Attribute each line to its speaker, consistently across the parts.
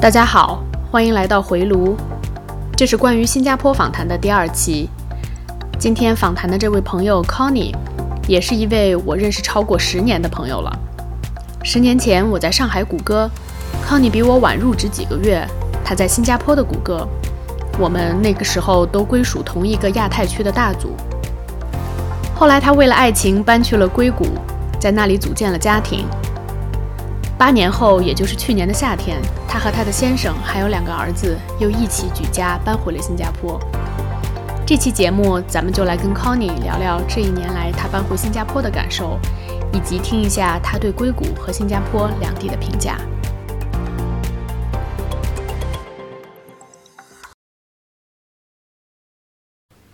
Speaker 1: 大家好，欢迎来到回炉，这是关于新加坡访谈的第二期。今天访谈的这位朋友 Connie，也是一位我认识超过十年的朋友了。十年前我在上海谷歌，Connie 比我晚入职几个月，他在新加坡的谷歌，我们那个时候都归属同一个亚太区的大组。后来他为了爱情搬去了硅谷，在那里组建了家庭。八年后，也就是去年的夏天，她和她的先生还有两个儿子又一起举家搬回了新加坡。这期节目，咱们就来跟 Connie 聊聊这一年来她搬回新加坡的感受，以及听一下她对硅谷和新加坡两地的评价。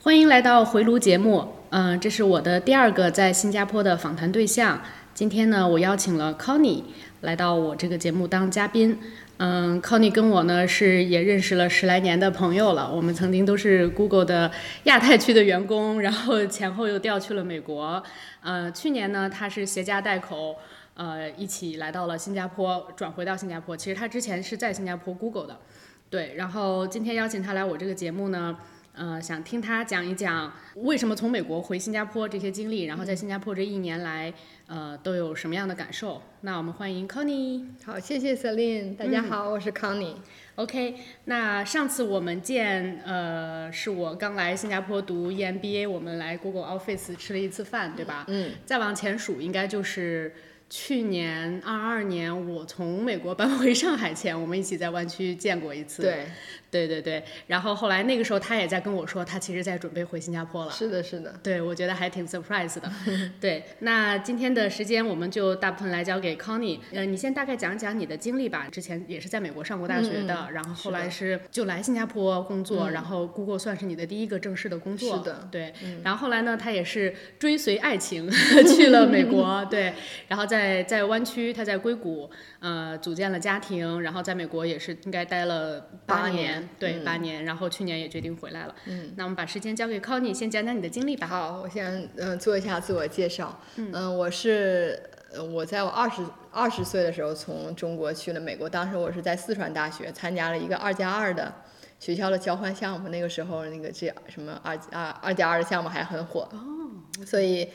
Speaker 1: 欢迎来到回炉节目，嗯、这是我的第二个在新加坡的访谈对象。今天呢，我邀请了 Connie 来到我这个节目当嘉宾。嗯，Connie 跟我呢是也认识了十来年的朋友了，我们曾经都是 Google 的亚太区的员工， 然后前后又调去了美国。呃，去年呢，他是携家带口，呃，一起来到了新加坡，转回到新加坡。其实他之前是在新加坡 Google 的，对。然后今天邀请他来我这个节目呢，呃，想听他讲一讲为什么从美国回新加坡这些经历，然
Speaker 2: 嗯
Speaker 1: 后在新加坡这一年来，呃，都有什么样的感受？那我们欢迎 Connie。
Speaker 2: 好，谢谢 Celine，大家好，我是 Connie。
Speaker 1: OK，那上次我们见，呃，是我刚来新加坡读 E EMBA，我们来 Google Office 吃了一次饭，对吧？
Speaker 2: 嗯，
Speaker 1: 再往前数，应该就是去年二二年我从美国搬回上海前，我们一起在湾区见过一次。，
Speaker 2: 对，
Speaker 1: 对对对。然后后来那个时候，他也在跟我说，他其实在准备回新加坡了。
Speaker 2: 是的，是的。
Speaker 1: 对，我觉得还挺 surprise 的。对，那今天的时间我们就大部分来交给 Connie。呃，你先大概讲讲你的经历吧。之前也是在美国上过大学
Speaker 2: 嗯
Speaker 1: 的，然后后来是就来新加坡工作，然后 Google 算是你的第一个正式的工作。
Speaker 2: 是的，嗯
Speaker 1: 对。然后后来呢，他也是追随爱情 去了美 国，对。然后在在湾区，他在硅谷，呃，组建了家庭，然后在美国也是应该待了
Speaker 2: 八
Speaker 1: 年，
Speaker 2: 年嗯
Speaker 1: 对，八年。然后去年也决定回来了。嗯。那我们把时间交给 Connie，先讲讲你的经历吧。
Speaker 2: 好，我先嗯、呃做一下自我介绍。嗯、我是呃我在我二十二十岁的时候从中国去了美国，当时我是在四川大学参加了一个二加二的学校的交换项目，那个时候那个这什么二二二加二的项目还很火，所以。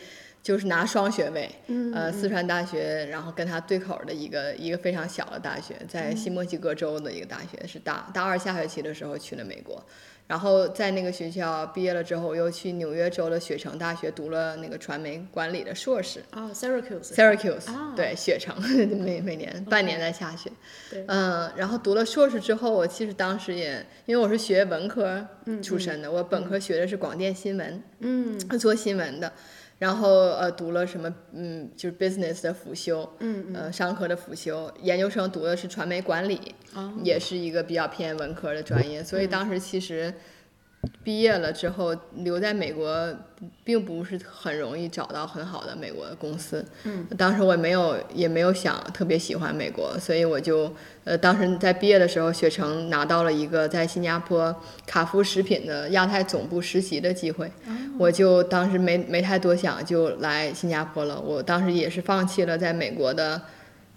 Speaker 2: 就是拿双学位，呃，四川大学，然后跟它对口儿的一个一个非常小的大学，在新墨西哥州的一个大学，是大大二下学期的时候去了美国，然后在那个学校毕业了之后，我又去纽约州的雪城大学读了那个传媒管理的硕士
Speaker 3: 啊
Speaker 1: 哦，Syracuse，
Speaker 2: ，Syracuse，、
Speaker 1: 啊
Speaker 2: 对，雪城， 每每年半年在下雪。
Speaker 1: 对
Speaker 2: 嗯，然后读了硕士之后，我其实当时也，因为我是学文科出身的，我本科学的是广电新闻，
Speaker 1: 嗯
Speaker 2: 做新闻的，然后呃读了什么嗯就是 business 的辅修，
Speaker 1: 嗯
Speaker 2: 呃商科的辅修，研究生读的是传媒管理，
Speaker 1: 哦
Speaker 2: 也是一个比较偏文科的专业，所以当时其实毕业了之后留在美国并不是很容易找到很好的美国的公司，嗯，当时我没有也没有想特别喜欢美国，所以我就呃当时在毕业的时候，雪城拿到了一个在新加坡卡夫食品的亚太总部实习的机会，
Speaker 1: 哦
Speaker 2: 我就当时没没太多想，就来新加坡了。我当时也是放弃了在美国的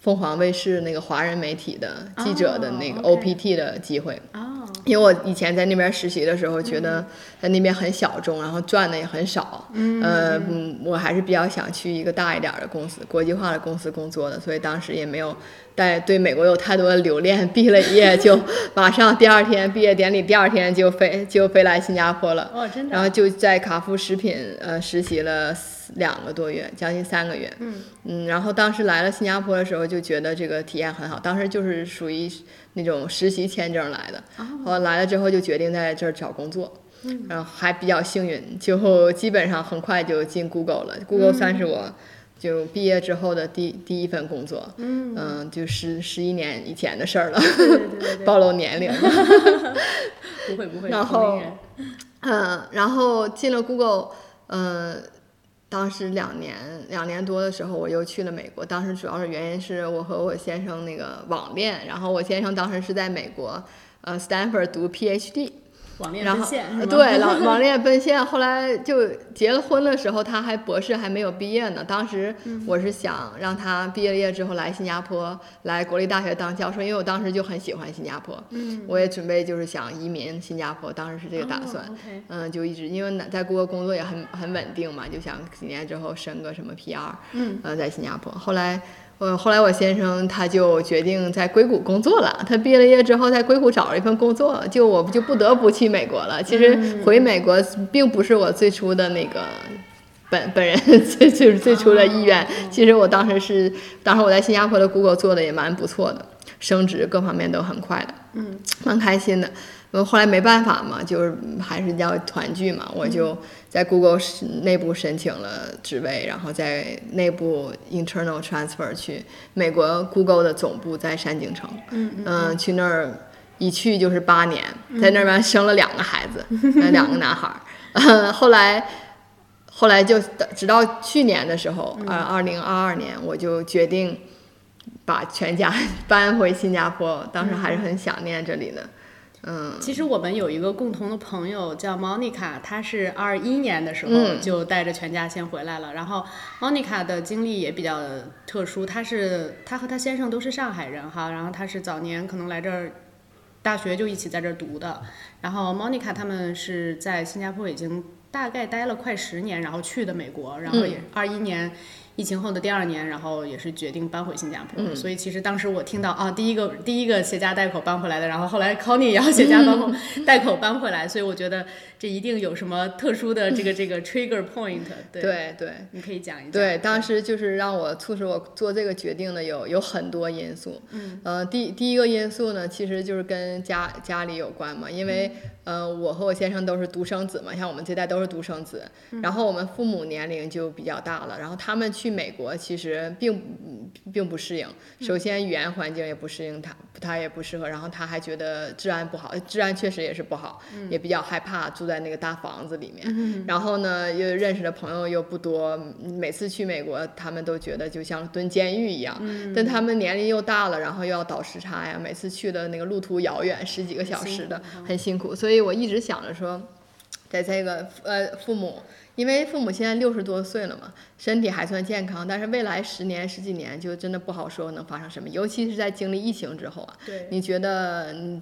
Speaker 2: 凤凰卫视那个华人媒体的记者的那个
Speaker 1: 哦，OK
Speaker 2: OPT 的机会，
Speaker 1: 哦，
Speaker 2: 因为我以前在那边实习的时候，觉
Speaker 1: 嗯
Speaker 2: 得在那边很小众，然后赚的也很少。嗯，呃，嗯我还是比较想去一个大一点儿的公司，国际化的公司工作的，所以当时也没有带对美国有太多的留恋。 毕了业就马上第二天毕业典礼，第二天就飞就飞来新加坡了。
Speaker 1: 哦，真的
Speaker 2: 然后就在卡夫食品呃实习了四两个多月，将近三个月。
Speaker 1: 嗯
Speaker 2: 然后当时来了新加坡的时候，就觉得这个体验很好。当时就是属于那种实习签证来的，后来来了之后就决定在这儿找工作。然后还比较幸运，就基本上很快就进 Google 了。Google 算是我就毕业之后的第第一份工作，嗯、就十十一年以前的事儿了，
Speaker 1: 对对对对对，
Speaker 2: 暴露年龄。
Speaker 1: 不会不会，
Speaker 2: 然
Speaker 1: 同龄
Speaker 2: 后
Speaker 1: 人
Speaker 2: 嗯，然后进了 Google，呃，当时两年两年多的时候，我又去了美国。当时主要是原因是我和我先生那个网恋，然后我先生当时是在美国，呃，Stanford 读 PhD，
Speaker 3: 网恋
Speaker 2: 然
Speaker 3: 奔
Speaker 2: 后
Speaker 3: 现是吗？
Speaker 2: 对网网恋奔现，后来就结了婚的时候，他还博士还没有毕业呢。当时
Speaker 3: 嗯
Speaker 2: 我是想让他毕业了业之后来新加坡，来国立大学当教授，因为我当时就很喜欢新加坡，
Speaker 3: 嗯，
Speaker 2: 我也准备就是想移民新加坡，当时是这个打算。
Speaker 3: 哦 OK，
Speaker 2: 嗯，就一直因为那在谷歌工作也很很稳定嘛，就想几年之后升个什么 PR，
Speaker 3: 嗯，
Speaker 2: 呃，在新加坡。后来，呃，后来我先生他就决定在硅谷工作了。他毕业了业之后，在硅谷找了一份工作，就我就不得不去美国了。其实回美国并不是我最初的那个。本本人 最就是最初的意愿，其实我当时是，当时我在新加坡的 Google 做的也蛮不错的，升职各方面都很快的。蛮开心的。我后来没办法嘛，就是还是要团聚嘛，我就在 Google 是内部申请了职位，然后在内部 internal transfer 去美国 Google 的总部在山景城，
Speaker 3: 嗯
Speaker 2: 嗯，去那儿一去就是八年，在那边生了两个孩 子，呃两个男孩儿，呃后来。后来就直到去年的时候，
Speaker 3: 嗯
Speaker 2: 呃，二零二二年，我就决定把全家 搬回新加坡，当时还是很想念这里的。嗯，
Speaker 3: 其实我们有一个共同的朋友叫 Monica，她是二一年的时候
Speaker 2: 嗯
Speaker 3: 就带着全家先回来了。然后 Monica 的经历也比较特殊，她是她和她先生都是上海人哈，然后她是早年可能来这儿大学就一起在这儿读的。然后 Monica 他们是在新加坡已经大概待了快十年，然后去的美国，然后也二一年。疫情后的第二年，然后也是决定搬回新加坡，所以其实当时我听到啊，第一个第一个携家带口搬回来的，然后后来 Connie 也要携家搬回、带口搬回来，所以我觉得这一定有什么特殊的这个这个 trigger point，对，
Speaker 2: 对对
Speaker 3: 你可以讲一讲。
Speaker 2: 对，当时就是让我促使我做这个决定的有有很多因素。嗯，呃，第第一个因素呢，其实就是跟家家里有关嘛，因为、
Speaker 3: 嗯
Speaker 2: 呃，我和我先生都是独生子嘛，像我们这代都是独生子，
Speaker 3: 嗯
Speaker 2: 然后我们父母年龄就比较大了，然后他们去美国其实并不并不适应，首先语言环境也不适应他，他也不适合，然后他还觉得治安不好，治安确实也是不好，也比较害怕住在那个大房子里面。然后呢，又认识的朋友又不多，每次去美国，他们都觉得就像蹲监狱一样。但他们年龄又大了，然后又要倒时差呀，每次去的那个路途遥远，十几个小时的，很辛苦。嗯所以我一直想着说，在这个呃父母，因为父母现在六十多岁了嘛，身体还算健康，但是未来十年十几年就真的不好说能发生什么，尤其是在经历疫情之后啊，
Speaker 3: 对
Speaker 2: 你觉得嗯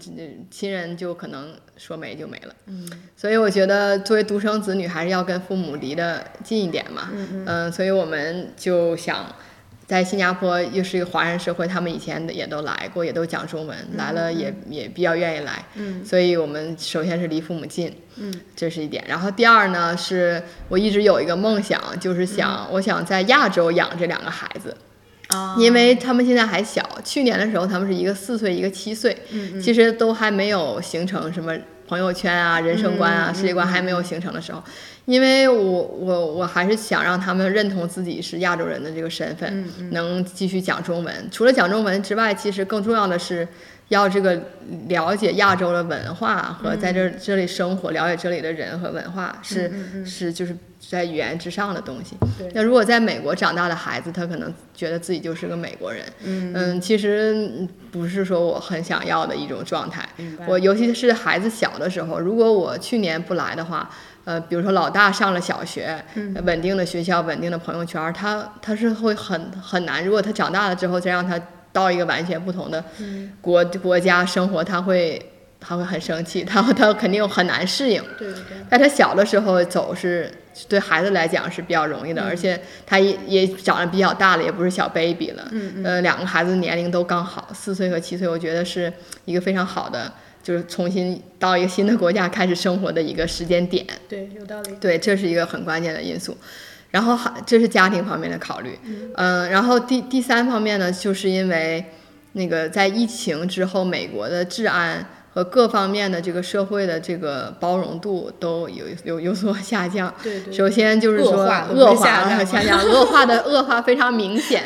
Speaker 2: 亲人就可能说没就没了，嗯，所以我觉得作为独生子女还是要跟父母离得近一点嘛，嗯所以我们就想。在新加坡又是一个华人社会，他们以前也都来过，也都讲中文，来了也也比较愿意来，嗯，所以我们首先是离父母近，这是一点。然后第二呢，是我一直有一个梦想，就是想、我想在亚洲养这两个孩子。
Speaker 3: 啊，
Speaker 2: 因为他们现在还小，去年的时候他们是一个四岁，一个七岁，其实都还没有形成什么朋友圈啊、人生观啊、世界观还没有形成的时候，因为我我我还是想让他们认同自己是亚洲人的这个身份，能继续讲中文。除了讲中文之外，其实更重要的是。要这个了解亚洲的文化和在这这里生活，了解这里的人和文化是是就是在语言之上的东西。那如果在美国长大的孩子，他可能觉得自己就是个美国人，嗯其实嗯不是说我很想要的一种状态
Speaker 3: 明白。
Speaker 2: 我尤其是孩子小的时候，如果我去年不来的话，呃，比如说老大上了小学，稳定的学校，稳定的朋友圈，他他是会很很难。如果他长大了之后，再让他到一个完全不同的国、国家生活，他会他会很生气， 他他肯定很难适应。
Speaker 3: 对对对，
Speaker 2: 在他小的时候走是对孩子来讲是比较容易的，而且他也也长得比较大了，也不是小 baby 了。嗯嗯呃，两个孩子年龄都刚好，四岁和七岁，我觉得是一个非常好的，就是重新到一个新的国家开始生活的一个时间点。
Speaker 3: 对有道理。
Speaker 2: 对，这是一个很关键的因素。然后还这是家庭方面的考虑，嗯、然后第第三方面呢，就是因为那个在疫情之后，美国的治安和各方面的这个社会的这个包容度都有有有所下降。
Speaker 3: 对对
Speaker 2: 首先就是说
Speaker 3: 恶化
Speaker 2: 恶
Speaker 3: 不是
Speaker 2: 化
Speaker 3: 下降
Speaker 2: 了
Speaker 3: 吗
Speaker 2: 下降，恶化的恶化非常明显。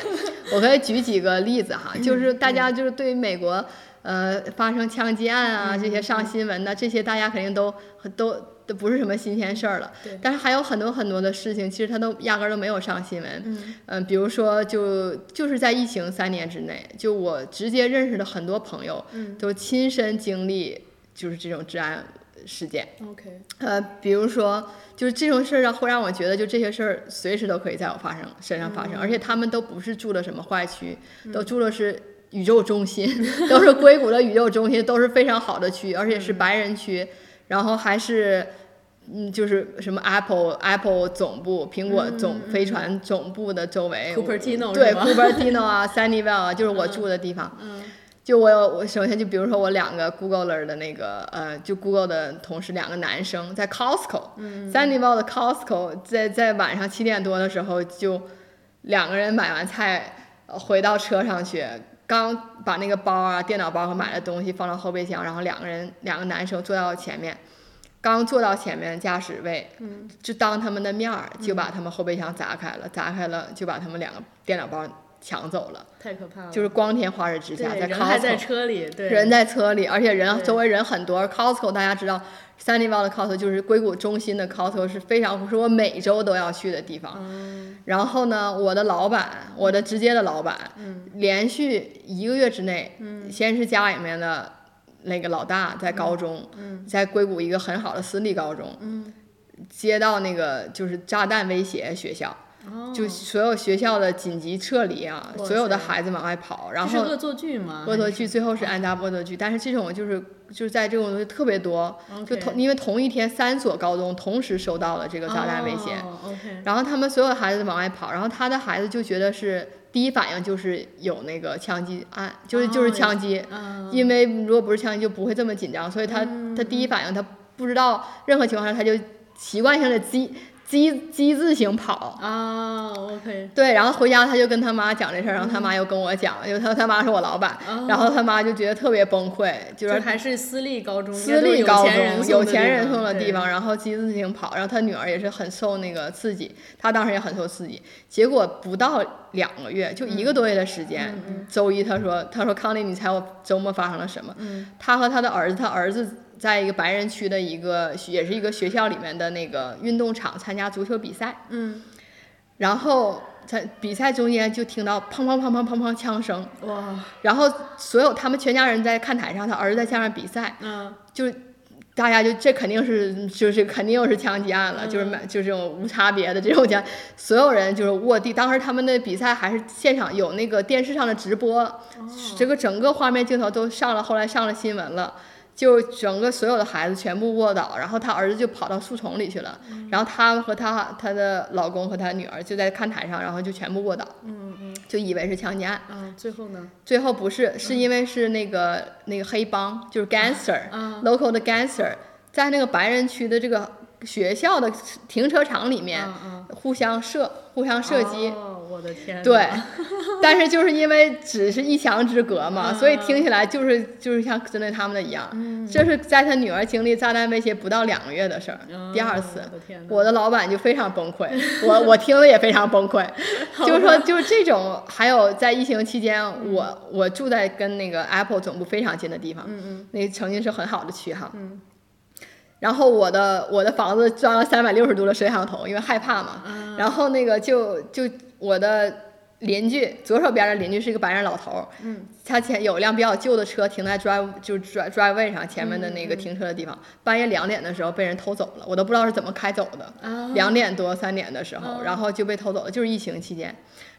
Speaker 2: 我可以举几个例子哈，就是大家就是嗯对于美国呃发生枪击案啊这些上新闻的这些，大家肯定都都都不是什么新鲜事儿了
Speaker 3: 对。
Speaker 2: 但是还有很多很多的事情，其实它都压根儿都没有上新闻。嗯、比如说就就是在疫情三年之内，就嗯我直接认识的很多朋友，都亲身经历就是这种治安事件。
Speaker 3: OK，
Speaker 2: 呃，比如说，就是这种事儿让会让我觉得，就这些事儿随时都可以在我发生身上发生，而且他们都不是住了什么坏区，都住了是宇宙中心， 都是硅谷的宇宙中心，都是非常好的区，而且是白人区，然后还是。嗯，就是什么 Apple Apple 总部、苹果总、飞船总部的周围
Speaker 3: Cupertino
Speaker 2: 哎嗯对
Speaker 3: 是吗
Speaker 2: Cupertino 啊 ，Sunnyvale 啊，就是我住的地方。
Speaker 3: 嗯
Speaker 2: 就我有我首先就比如说我两个 Googleer 的那个呃，就 Google 的同事，两个男生在 Costco，嗯 s a n d y 的 Costco 在在晚上七点多的时候，就两个人买完菜呃回到车上去，刚把那个包啊、电脑包和买的东西放到后备箱，然后两个人两个男生坐到前面。刚坐到前面驾驶位，嗯，就当他们的面儿，就
Speaker 3: 嗯
Speaker 2: 把他们后备箱砸开了，砸开了就把他们两个电脑包抢走了，
Speaker 3: 太可怕了，
Speaker 2: 就是光天化日之下，
Speaker 3: 嗯对
Speaker 2: 在
Speaker 3: 人还
Speaker 2: Costco
Speaker 3: 在车里，对，
Speaker 2: 人在车里，而且人
Speaker 3: 对
Speaker 2: 周围人很多。Costco 大家知道三 u n 的 Costco 就是硅谷中心的 Costco，是非常是我每周都要去的地方。
Speaker 3: 嗯
Speaker 2: 然后呢，我的老板，我的直接的老板，
Speaker 3: 嗯
Speaker 2: 连续一个月之内，先是家里面的那个老大在高中，
Speaker 3: 嗯
Speaker 2: 在硅谷一个很好的私立高中，接到那个就是炸弹威胁学校。
Speaker 3: 哦
Speaker 2: 就所有学校的紧急撤离啊，
Speaker 3: 哇
Speaker 2: 所有的
Speaker 3: 塞
Speaker 2: 孩子往外跑，然
Speaker 3: 这
Speaker 2: 后
Speaker 3: 是恶作剧吗？
Speaker 2: 恶作剧最后是安家恶作剧，但是这种就是就是在这种东西特别多，
Speaker 3: OK
Speaker 2: 就同因为同一天三所高中同时收到了这个炸弹威胁，
Speaker 3: 哦 OK，
Speaker 2: 然后他们所有的孩子往外跑，然后他的孩子就觉得是第一反应就是有那个枪击案，就是就是
Speaker 3: 哦
Speaker 2: 枪击，
Speaker 3: 嗯，
Speaker 2: 因为如果不是枪击就不会这么紧张，所以他、他第一反应他不知道任何情况下他就习惯性的激激激字型跑，
Speaker 3: 啊，OK，
Speaker 2: 对，然后回家他就跟他妈讲这事儿，然后他妈又跟我讲，因为他他妈是我老板，然后他妈就觉得特别崩溃，就
Speaker 3: 就是
Speaker 2: 是
Speaker 3: 还是私立高中，
Speaker 2: 私立高中有
Speaker 3: 有
Speaker 2: 钱人送
Speaker 3: 送
Speaker 2: 的地
Speaker 3: 方
Speaker 2: 方，然后骑自行跑，然后他女儿也是很受那个刺激，他当时也很受刺激，结果不到两个月，就一个多月的时间，周一他说他说康丽，你猜我周末发生了什么？他和他的儿子，他儿子。在一个白人区的一个，也是一个学校里面的那个运动场参加足球比赛，
Speaker 3: 对，嗯，
Speaker 2: 然后在比赛中间就听到砰砰砰砰砰砰枪声，
Speaker 3: 哇，
Speaker 2: 然后所有他们全家人在看台上，他儿子在下面比赛，
Speaker 3: 嗯，
Speaker 2: 就是大家就这肯定是就是肯定是枪击案了，就是
Speaker 3: 嗯
Speaker 2: 买就是这种无差别的这种枪，所有人就是卧地。当时他们的比赛还是现场有那个电视上的直播，
Speaker 3: 哦
Speaker 2: 这个整个画面镜头都上了，后来上了新闻了。就整个所有的孩子全部卧倒，然后他儿子就跑到树丛里去了，
Speaker 3: 嗯
Speaker 2: 然后他和他她的老公和他女儿就在看台上，然后就全部卧倒，
Speaker 3: 嗯嗯
Speaker 2: 就以为是枪击案。
Speaker 3: 啊，最后呢？
Speaker 2: 最后不是，是因为是那个、那个黑帮，就是 gangster，local、
Speaker 3: 啊
Speaker 2: local 的 gangster，在那个白人区的这个学校的停车场里面、
Speaker 3: 啊
Speaker 2: 互相射互相
Speaker 3: 啊，
Speaker 2: 射击。
Speaker 3: 哦，我的天，
Speaker 2: 对， 但是就是因为只是一墙之隔嘛，
Speaker 3: 嗯
Speaker 2: 所以听起来就是就是像针对他们的一样。这是在他女儿经历炸弹威胁不到两个月的事儿，
Speaker 3: 嗯，
Speaker 2: 第二次
Speaker 3: 我。的天哪，
Speaker 2: 我的老板就非常 崩溃，我我听了也非常崩溃，就是说就是这种，还有在疫情期间，我我住在跟那个 Apple 总部非常近的地方，
Speaker 3: 嗯嗯，
Speaker 2: 那曾经是很好的区哈，然后我的我的房子装了三百六十度的摄像头，因为害怕嘛，
Speaker 3: 嗯
Speaker 2: 然后那个就就我的邻居左手边的邻居是一个白人老头，嗯，他前有一辆比较旧的车停在 drive 就是 drive driveway 上前面的那个停车的地方，半夜两点的时候被人偷走了，我都不知道是怎么开走的，
Speaker 3: 啊，
Speaker 2: 两点多三点的时候，然后就被偷走了，就是疫情期间。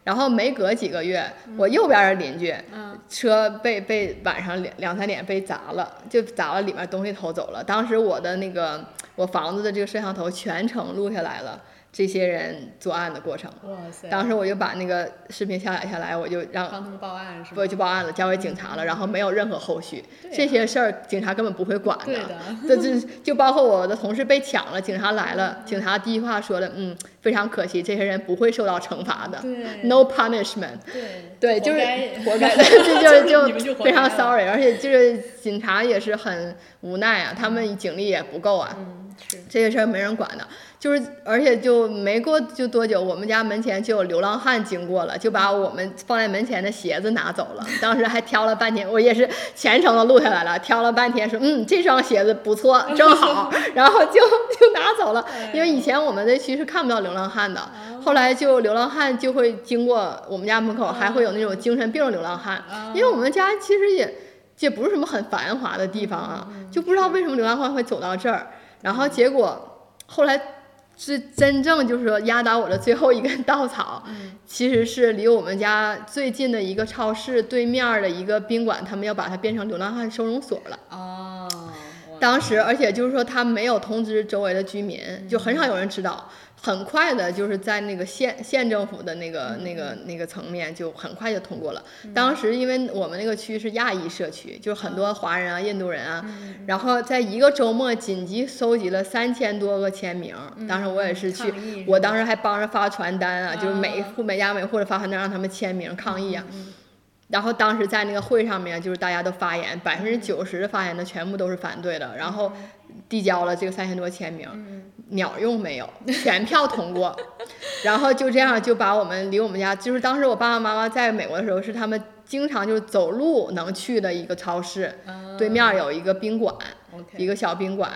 Speaker 2: 然后没隔几个月，我右边的邻居
Speaker 3: 嗯
Speaker 2: 车被被晚上两两三点被砸了，就砸了里面东西偷走了。当时我的那个我房子的这个摄像头全程录下来了这些人作案的过程。
Speaker 3: 哇塞，
Speaker 2: 当时我就把那个视频下载下来，我就让
Speaker 3: 帮他们报案是
Speaker 2: 我
Speaker 3: 吧？
Speaker 2: 就报案了，交给警察了，然后没有任何后续。
Speaker 3: 对啊
Speaker 2: 这些事儿警察根本不会管
Speaker 3: 对的，
Speaker 2: 这 这就包括我的同事被抢了，警察来
Speaker 3: 嗯
Speaker 2: 了，警察第一句话说的，嗯，非常可惜，这些人不会受到惩罚的
Speaker 3: 对
Speaker 2: ，no punishment。
Speaker 3: 对
Speaker 2: 对，就是
Speaker 3: 活
Speaker 2: 活
Speaker 3: 该
Speaker 2: 该，这
Speaker 3: 就是你
Speaker 2: 就
Speaker 3: 们就活
Speaker 2: 非常
Speaker 3: 该了
Speaker 2: sorry，而且就是警察也是很无奈啊，他们警力也不够啊，
Speaker 3: 嗯是，
Speaker 2: 这个事儿没人管的，就是而且就没过就多久，我们家门前就有流浪汉经过了，就把我们放在门前的鞋子拿走了。当时还挑了半天，我也是全程都录下来了，挑了半天说嗯这双鞋子不错，正好，然后就 就拿走了。因为以前我们这区是看不到流浪汉的，后来就流浪汉就会经过我们家门口，还会有那种精神病流浪汉，因为我们家其实也。这也不是什么很繁华的地方啊，就不知道为什么流浪汉会走到这儿。然后结果后来是真正就是说压倒我的最后一根稻草，其实是离我们家最近的一个超市对面儿的一个宾馆，他们要把它变成流浪汉收容所了。
Speaker 1: 哦，哇
Speaker 2: 当时，而且就是说他没有通知周围的居民，就很少有人知道。很快的，就是在那个县县政府的那个、那个那个层面，就很快就通过了。
Speaker 1: 嗯
Speaker 2: 当时因为我们那个区是亚裔社区，就是很多华人啊、印度人啊，
Speaker 1: 嗯
Speaker 2: 然后在一个周末紧急搜集了三千多个签名。当时我也是去
Speaker 1: 嗯抗议是吧，
Speaker 2: 我当时还帮着发传单啊，就是每
Speaker 1: 啊
Speaker 2: 户每家每户的发传单，让他们签名抗议啊。然后当时在那个会上面，就是大家都发言，百分之九十发言的全部都是反对的，然后递交了这个三千多签名，鸟用没有，全票通过。然后就这样就把我们离我们家，就是当时我爸爸妈妈在美国的时候，是他们经常就是走路能去的一个超市，对面儿有一个宾馆，一
Speaker 1: 嗯 OK，
Speaker 2: 个小宾馆，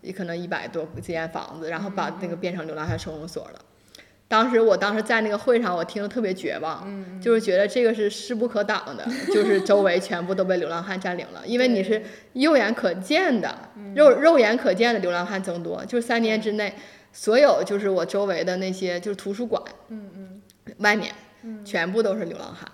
Speaker 2: 也可能一百多间房子，然后把那个变成流浪汉收容所了。当时我当时在那个会上，我听得特别绝望，就是觉得这个是势不可挡的，就是周围全部都被流浪汉占领了，因为你是肉眼可见的，肉肉眼可见的流浪汉增多，就是三年之内，所有就是我周围的那些就是图书馆，嗯嗯，外面全部都是流浪汉。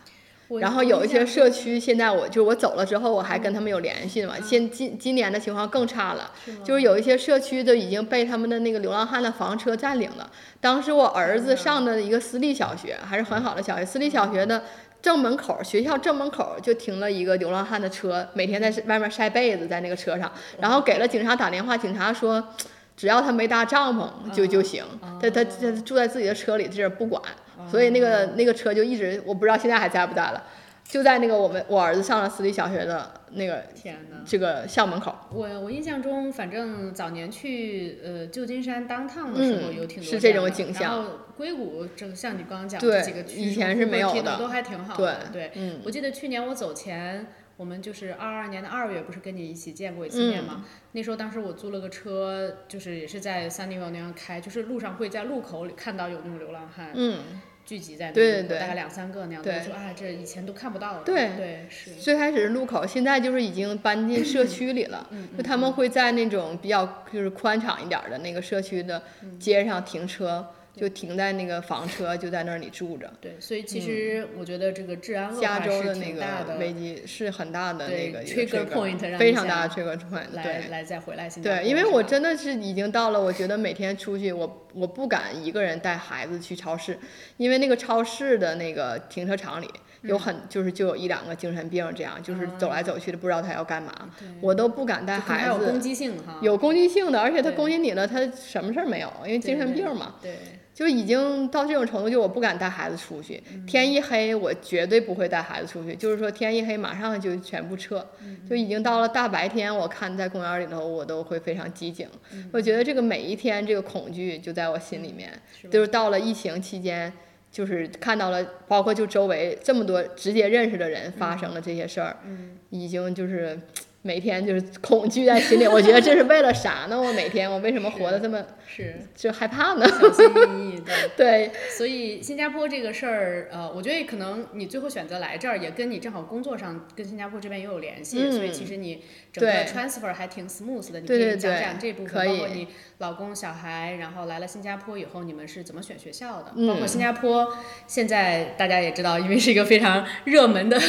Speaker 1: 我
Speaker 2: 然后有一些社区，现在我就我走了之后，我还跟他们有联系嘛。
Speaker 1: 嗯
Speaker 2: 现今今年的情况更差了，就是有一些社区都已经被他们的那个流浪汉的房车占领了。当时我儿
Speaker 1: 嗯
Speaker 2: 子上的一个私立小学，还是很好的小学，私立小学的正门口，学校正门口就停了一个流浪汉的车，每天在外面晒被子，在那个车
Speaker 1: 嗯
Speaker 2: 上，然后给了警察打电话，警察说。只要他没搭帐
Speaker 1: 嗯
Speaker 2: 篷就就行，他他他住在自己的车里，这人不管，
Speaker 1: 嗯
Speaker 2: 所以那个那个车就一直我不知道现在还在不在了，就在那个我们我儿子上了私立小学的那个
Speaker 1: 天哪！
Speaker 2: 这个校门口，
Speaker 1: 我我印象中，反正早年去呃旧金山当趟的时候
Speaker 2: 嗯
Speaker 1: 有挺多、
Speaker 2: 是这
Speaker 1: 这
Speaker 2: 种
Speaker 1: 样的
Speaker 2: 景
Speaker 1: 然
Speaker 2: 象
Speaker 1: 后硅谷正像你刚刚讲
Speaker 2: 对
Speaker 1: 这几个区，
Speaker 2: 以前是没有的
Speaker 1: 都还挺好的。对，
Speaker 2: 嗯，
Speaker 1: 我记得去年我走前，我们就是二二年的二月，不是跟你一起见过一次
Speaker 2: 嗯
Speaker 1: 面吗？那时候当时我租了个车，就是也是在 Sunnyvale 那样开，就是路上会在路口里看到有那种流浪汉
Speaker 2: 嗯，
Speaker 1: 聚集在那
Speaker 2: 对
Speaker 1: 个路口，
Speaker 2: 对对
Speaker 1: 大概两三个那样的。
Speaker 2: 对
Speaker 1: 我说啊，这以前都看不到的。
Speaker 2: 对
Speaker 1: 对是。
Speaker 2: 最开始是路口，现在就是已经搬进社区里了，
Speaker 1: 嗯
Speaker 2: 就他们会在那种比较就是宽敞一点的那个社区的
Speaker 1: 嗯
Speaker 2: 街上停车，就停在那个房车就在那里住着。
Speaker 1: 对，所以其实我觉得这个治安恶
Speaker 2: 嗯加
Speaker 1: 化
Speaker 2: 州
Speaker 1: 是
Speaker 2: 那
Speaker 1: 挺大
Speaker 2: 个危机是很大的那
Speaker 1: 对
Speaker 2: 个
Speaker 1: trigger point 让
Speaker 2: 非
Speaker 1: 你
Speaker 2: 常大的
Speaker 1: 想
Speaker 2: trigger point，对
Speaker 1: 来。来再回来新加坡
Speaker 2: 对，因为我真的是已经到了，我觉得每天出去，我我不敢一个人带孩子去超市，因为那个超市的那个停车场里
Speaker 1: 嗯
Speaker 2: 有很、就是就有一两个精神病这样，就是走来走去的，不知道他要干嘛，我都不敢带
Speaker 1: 啊就可能还
Speaker 2: 孩
Speaker 1: 有攻
Speaker 2: 子。
Speaker 1: 击性哈，
Speaker 2: 有攻击性的，而且他
Speaker 1: 对
Speaker 2: 攻击你了，他什么事儿没有，因为
Speaker 1: 对
Speaker 2: 精神病嘛，，
Speaker 1: 对
Speaker 2: 就已经到这种程度，就我不敢带孩子出去。
Speaker 1: 嗯
Speaker 2: 天一黑，我绝对不会带孩子出去。就是说，天一黑马上就全部撤，
Speaker 1: 嗯
Speaker 2: 就已经到了大白天。我看在公园里头，我都会非常机警。
Speaker 1: 嗯
Speaker 2: 我觉得这个每一天这个恐惧就在我心里面，
Speaker 1: 是吧
Speaker 2: 就是到了疫情期间，就是看到了，包括就周围这么多直接认识的人发生了这些事儿，
Speaker 1: 嗯
Speaker 2: 已经就是。每天就是恐惧在心里，我觉得这是为了啥呢？我每天我为什么活得这么
Speaker 1: 是
Speaker 2: 就害怕呢？
Speaker 1: 小心翼翼对。
Speaker 2: 对，
Speaker 1: 所以新加坡这个事儿，呃，我觉得可能你最后选择来这儿，也跟你正好工作上跟新加坡这边也有联系，
Speaker 2: 嗯
Speaker 1: 所以其实你整个
Speaker 2: 对
Speaker 1: transfer 还挺 smooth 的。你可
Speaker 2: 对对
Speaker 1: 以讲
Speaker 2: 对
Speaker 1: 讲这部
Speaker 2: 可
Speaker 1: 分，
Speaker 2: 以
Speaker 1: 包括你老公、小孩，然后来了新加坡以后，你们是怎么选学校的？
Speaker 2: 嗯
Speaker 1: 包括新加坡现在大家也知道，因为是一个非常热门的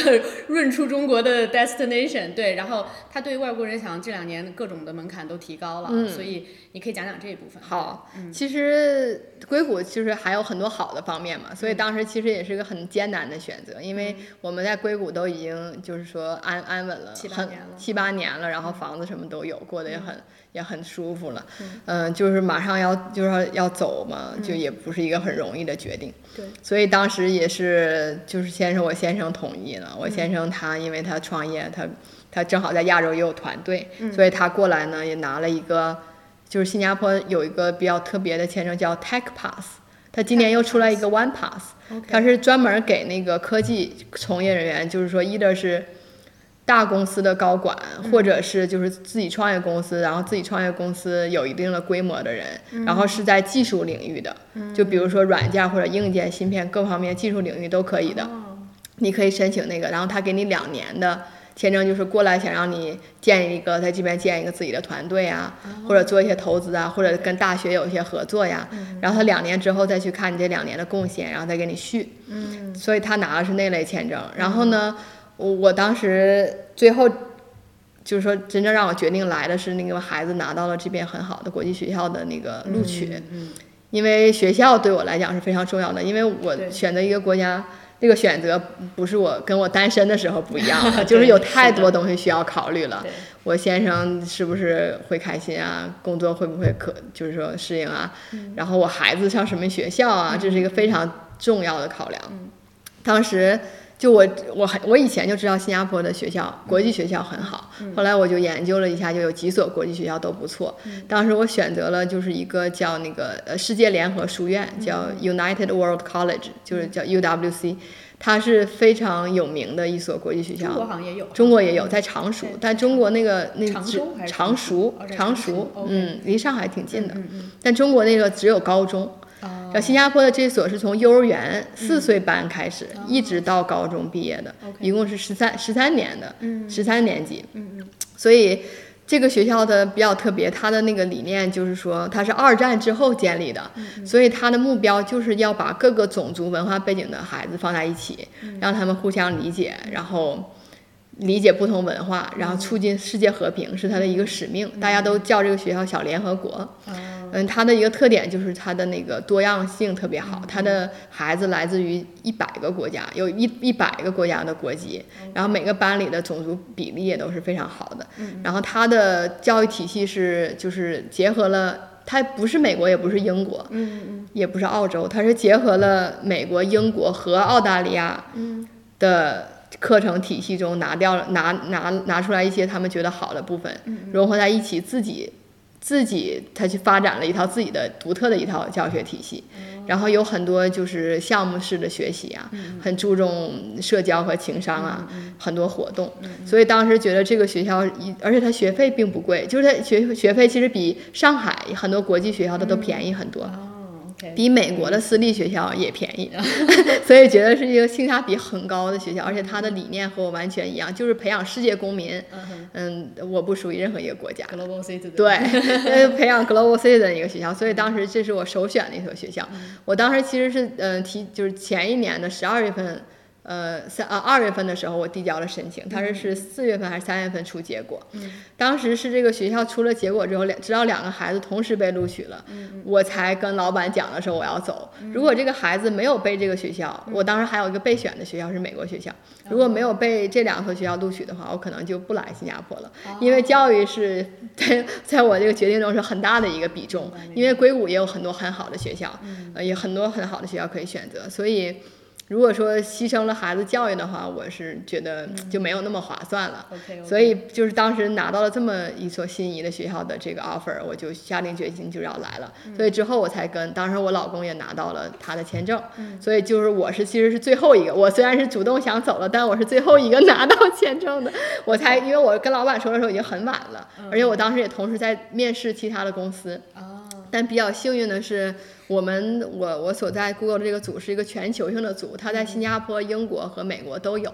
Speaker 1: 润出中国的 destination，对，然后它对外国人想这两年各种的门槛都提高了，
Speaker 2: 嗯
Speaker 1: 所以你可以讲讲这一部分。嗯
Speaker 2: 好，其实硅谷就是还有很多好的方面嘛，
Speaker 1: 嗯
Speaker 2: 所以当时其实也是个很艰难的选择，因为我们在硅谷都已经就是说安安稳了，
Speaker 1: 七八
Speaker 2: 很
Speaker 1: 年了嗯
Speaker 2: 七八年了，然后房子什么都有，过得也很也很舒服了。嗯，就是马上要就是要要走嘛，
Speaker 1: 嗯
Speaker 2: 就也不是一个很容易的决定。
Speaker 1: 对，
Speaker 2: 所以当时也是就是先是我先生同意了，我先生他因为他创业，他他正好在亚洲也有团队，所以他过来呢也拿了一个。就是新加坡有一个比较特别的签证叫 Tech Pass，它今年又出来一个 One Pass，
Speaker 1: OK
Speaker 2: 它是专门给那个科技从业人员，就是说，either 是大公司的高管，或者是就是自己创业公司，然后自己创业公司有一定的规模的人，然后是在技术领域的，就比如说软件或者硬件、芯片各方面技术领域都可以的，你可以申请那个，然后他给你两年的。签证就是过来想让你建一个在这边建一个自己的团队啊，或者做一些投资啊，或者跟大学有一些合作呀。然后他两年之后再去看你这两年的贡献，然后再给你续。嗯，所以他拿的是那类签证。然后呢，我我当时最后就是说，真正让我决定来的是那个孩子拿到了这边很好的国际学校的那个录取。因为学校对我来讲是非常重要的，因为
Speaker 1: 对
Speaker 2: 我选择一个国家，这个选择不是我跟我单身的时候不一样
Speaker 1: 对
Speaker 2: 了，就是有太
Speaker 1: 是的
Speaker 2: 多东西需要考虑了
Speaker 1: 对。
Speaker 2: 我先生是不是会开心啊？工作会不会可就是说适应啊？然后我孩子上什么学校啊？这是一个非常重要的考量。当时就我我很我以前就知道新加坡的学校国际学校很好，
Speaker 1: 嗯
Speaker 2: 后来我就研究了一下，就有几所国际学校都不错。
Speaker 1: 嗯
Speaker 2: 当时我选择了就是一个叫那个呃世界联合书院，叫
Speaker 1: 嗯
Speaker 2: United World College，就是叫 UWC，它是非常有名的一所国际学
Speaker 1: 中国
Speaker 2: 校。
Speaker 1: 好像也有，
Speaker 2: 中国也有在常熟
Speaker 1: 对，
Speaker 2: 但中国那个那
Speaker 1: 常
Speaker 2: 只
Speaker 1: 州还是
Speaker 2: 常熟
Speaker 1: 哦在常
Speaker 2: 常
Speaker 1: 熟
Speaker 2: 熟，
Speaker 1: ，OK
Speaker 2: 嗯，离上海挺近的。
Speaker 1: 嗯嗯
Speaker 2: 但中国那个只有高中，
Speaker 1: 哦嗯
Speaker 2: 然后新加坡的这所是从幼儿园四岁班开始，一直到高中毕业的，
Speaker 1: 哦 OK
Speaker 2: 一共是十三十三年的，十三年级，
Speaker 1: 嗯
Speaker 2: 所以这个学校的比较特别，它的那个理念就是说，它是二战之后建立的，
Speaker 1: 嗯
Speaker 2: 所以它的目标就是要把各个种族文化背景的孩子放在一起，
Speaker 1: 嗯
Speaker 2: 让他们互相理解，然后。理解不同文化，然后促进世界和平是它的一个使命。
Speaker 1: 嗯
Speaker 2: 大家都叫这个学校“小联合国”。嗯，它的一个特点就是它的那个多样性特别好，它的孩子来自于一百个国家，有一一百个国家的国籍，然后每个班里的种族比例也都是非常好的。然后它的教育体系是就是结合了。它不是美国，也不是英国，也不是澳洲，它是结合了美国、英国和澳大利亚的课程体系中拿掉了拿拿拿出来一些他们觉得好的部分，融合在一起，自己自己他去发展了一套自己的独特的一套教学体系，然后有很多就是项目式的学习啊，很注重社交和情商啊，很多活动，所以当时觉得这个学校一，而且它学费并不贵，就是它学学费其实比上海很多国际学校的都便宜很多。
Speaker 1: 哦，OK，
Speaker 2: 比美国的私立学校也便宜， 所以觉得是一个性价比很高的学校，而且它的理念和我完全一样，就是培养世界公民。
Speaker 1: 嗯哼
Speaker 2: 嗯，我不属于任何一个国家，
Speaker 1: ，Global City
Speaker 2: 对， 呃培养 global citizen 一个学校，所以当时这是我首选的一所学校。
Speaker 1: 嗯
Speaker 2: 我当时其实是呃提就是前一年的十二月份，呃三呃二月份的时候我递交了申请，
Speaker 1: 嗯
Speaker 2: 当时是四月份还是三月份出结果。当时是这个学校出了结果之后，两直到两个孩子同时被录取了，我才跟老板讲的时候我要走。如果这个孩子没有被这个学校，我当时还有一个备选的学校是美国学校，如果没有被这两所学校录取的话，我可能就不来新加坡了，因为教育是 在在我这个决定中是很大的一个比重，因为硅谷也有很多很好的学校，呃，也很多很好的学校可以选择，所以。如果说牺牲了孩子教育的话，我是觉得就没有那么划算了。
Speaker 1: ，OK，
Speaker 2: 所以就是当时拿到了这么一所心仪的学校的这个 offer，我就下定决心就要来了。所以之后我才跟，当时我老公也拿到了他的签证，所以就是我是其实是最后一个，我虽然是主动想走了，但我是最后一个拿到签证的。我才因为我跟老板说的时候已经很晚了，而且我当时也同时在面试其他的公司，
Speaker 1: 啊，
Speaker 2: 但比较幸运的是，我们我我所在 Google 这个组是一个全球性的组，它在新加坡、英国和美国都有。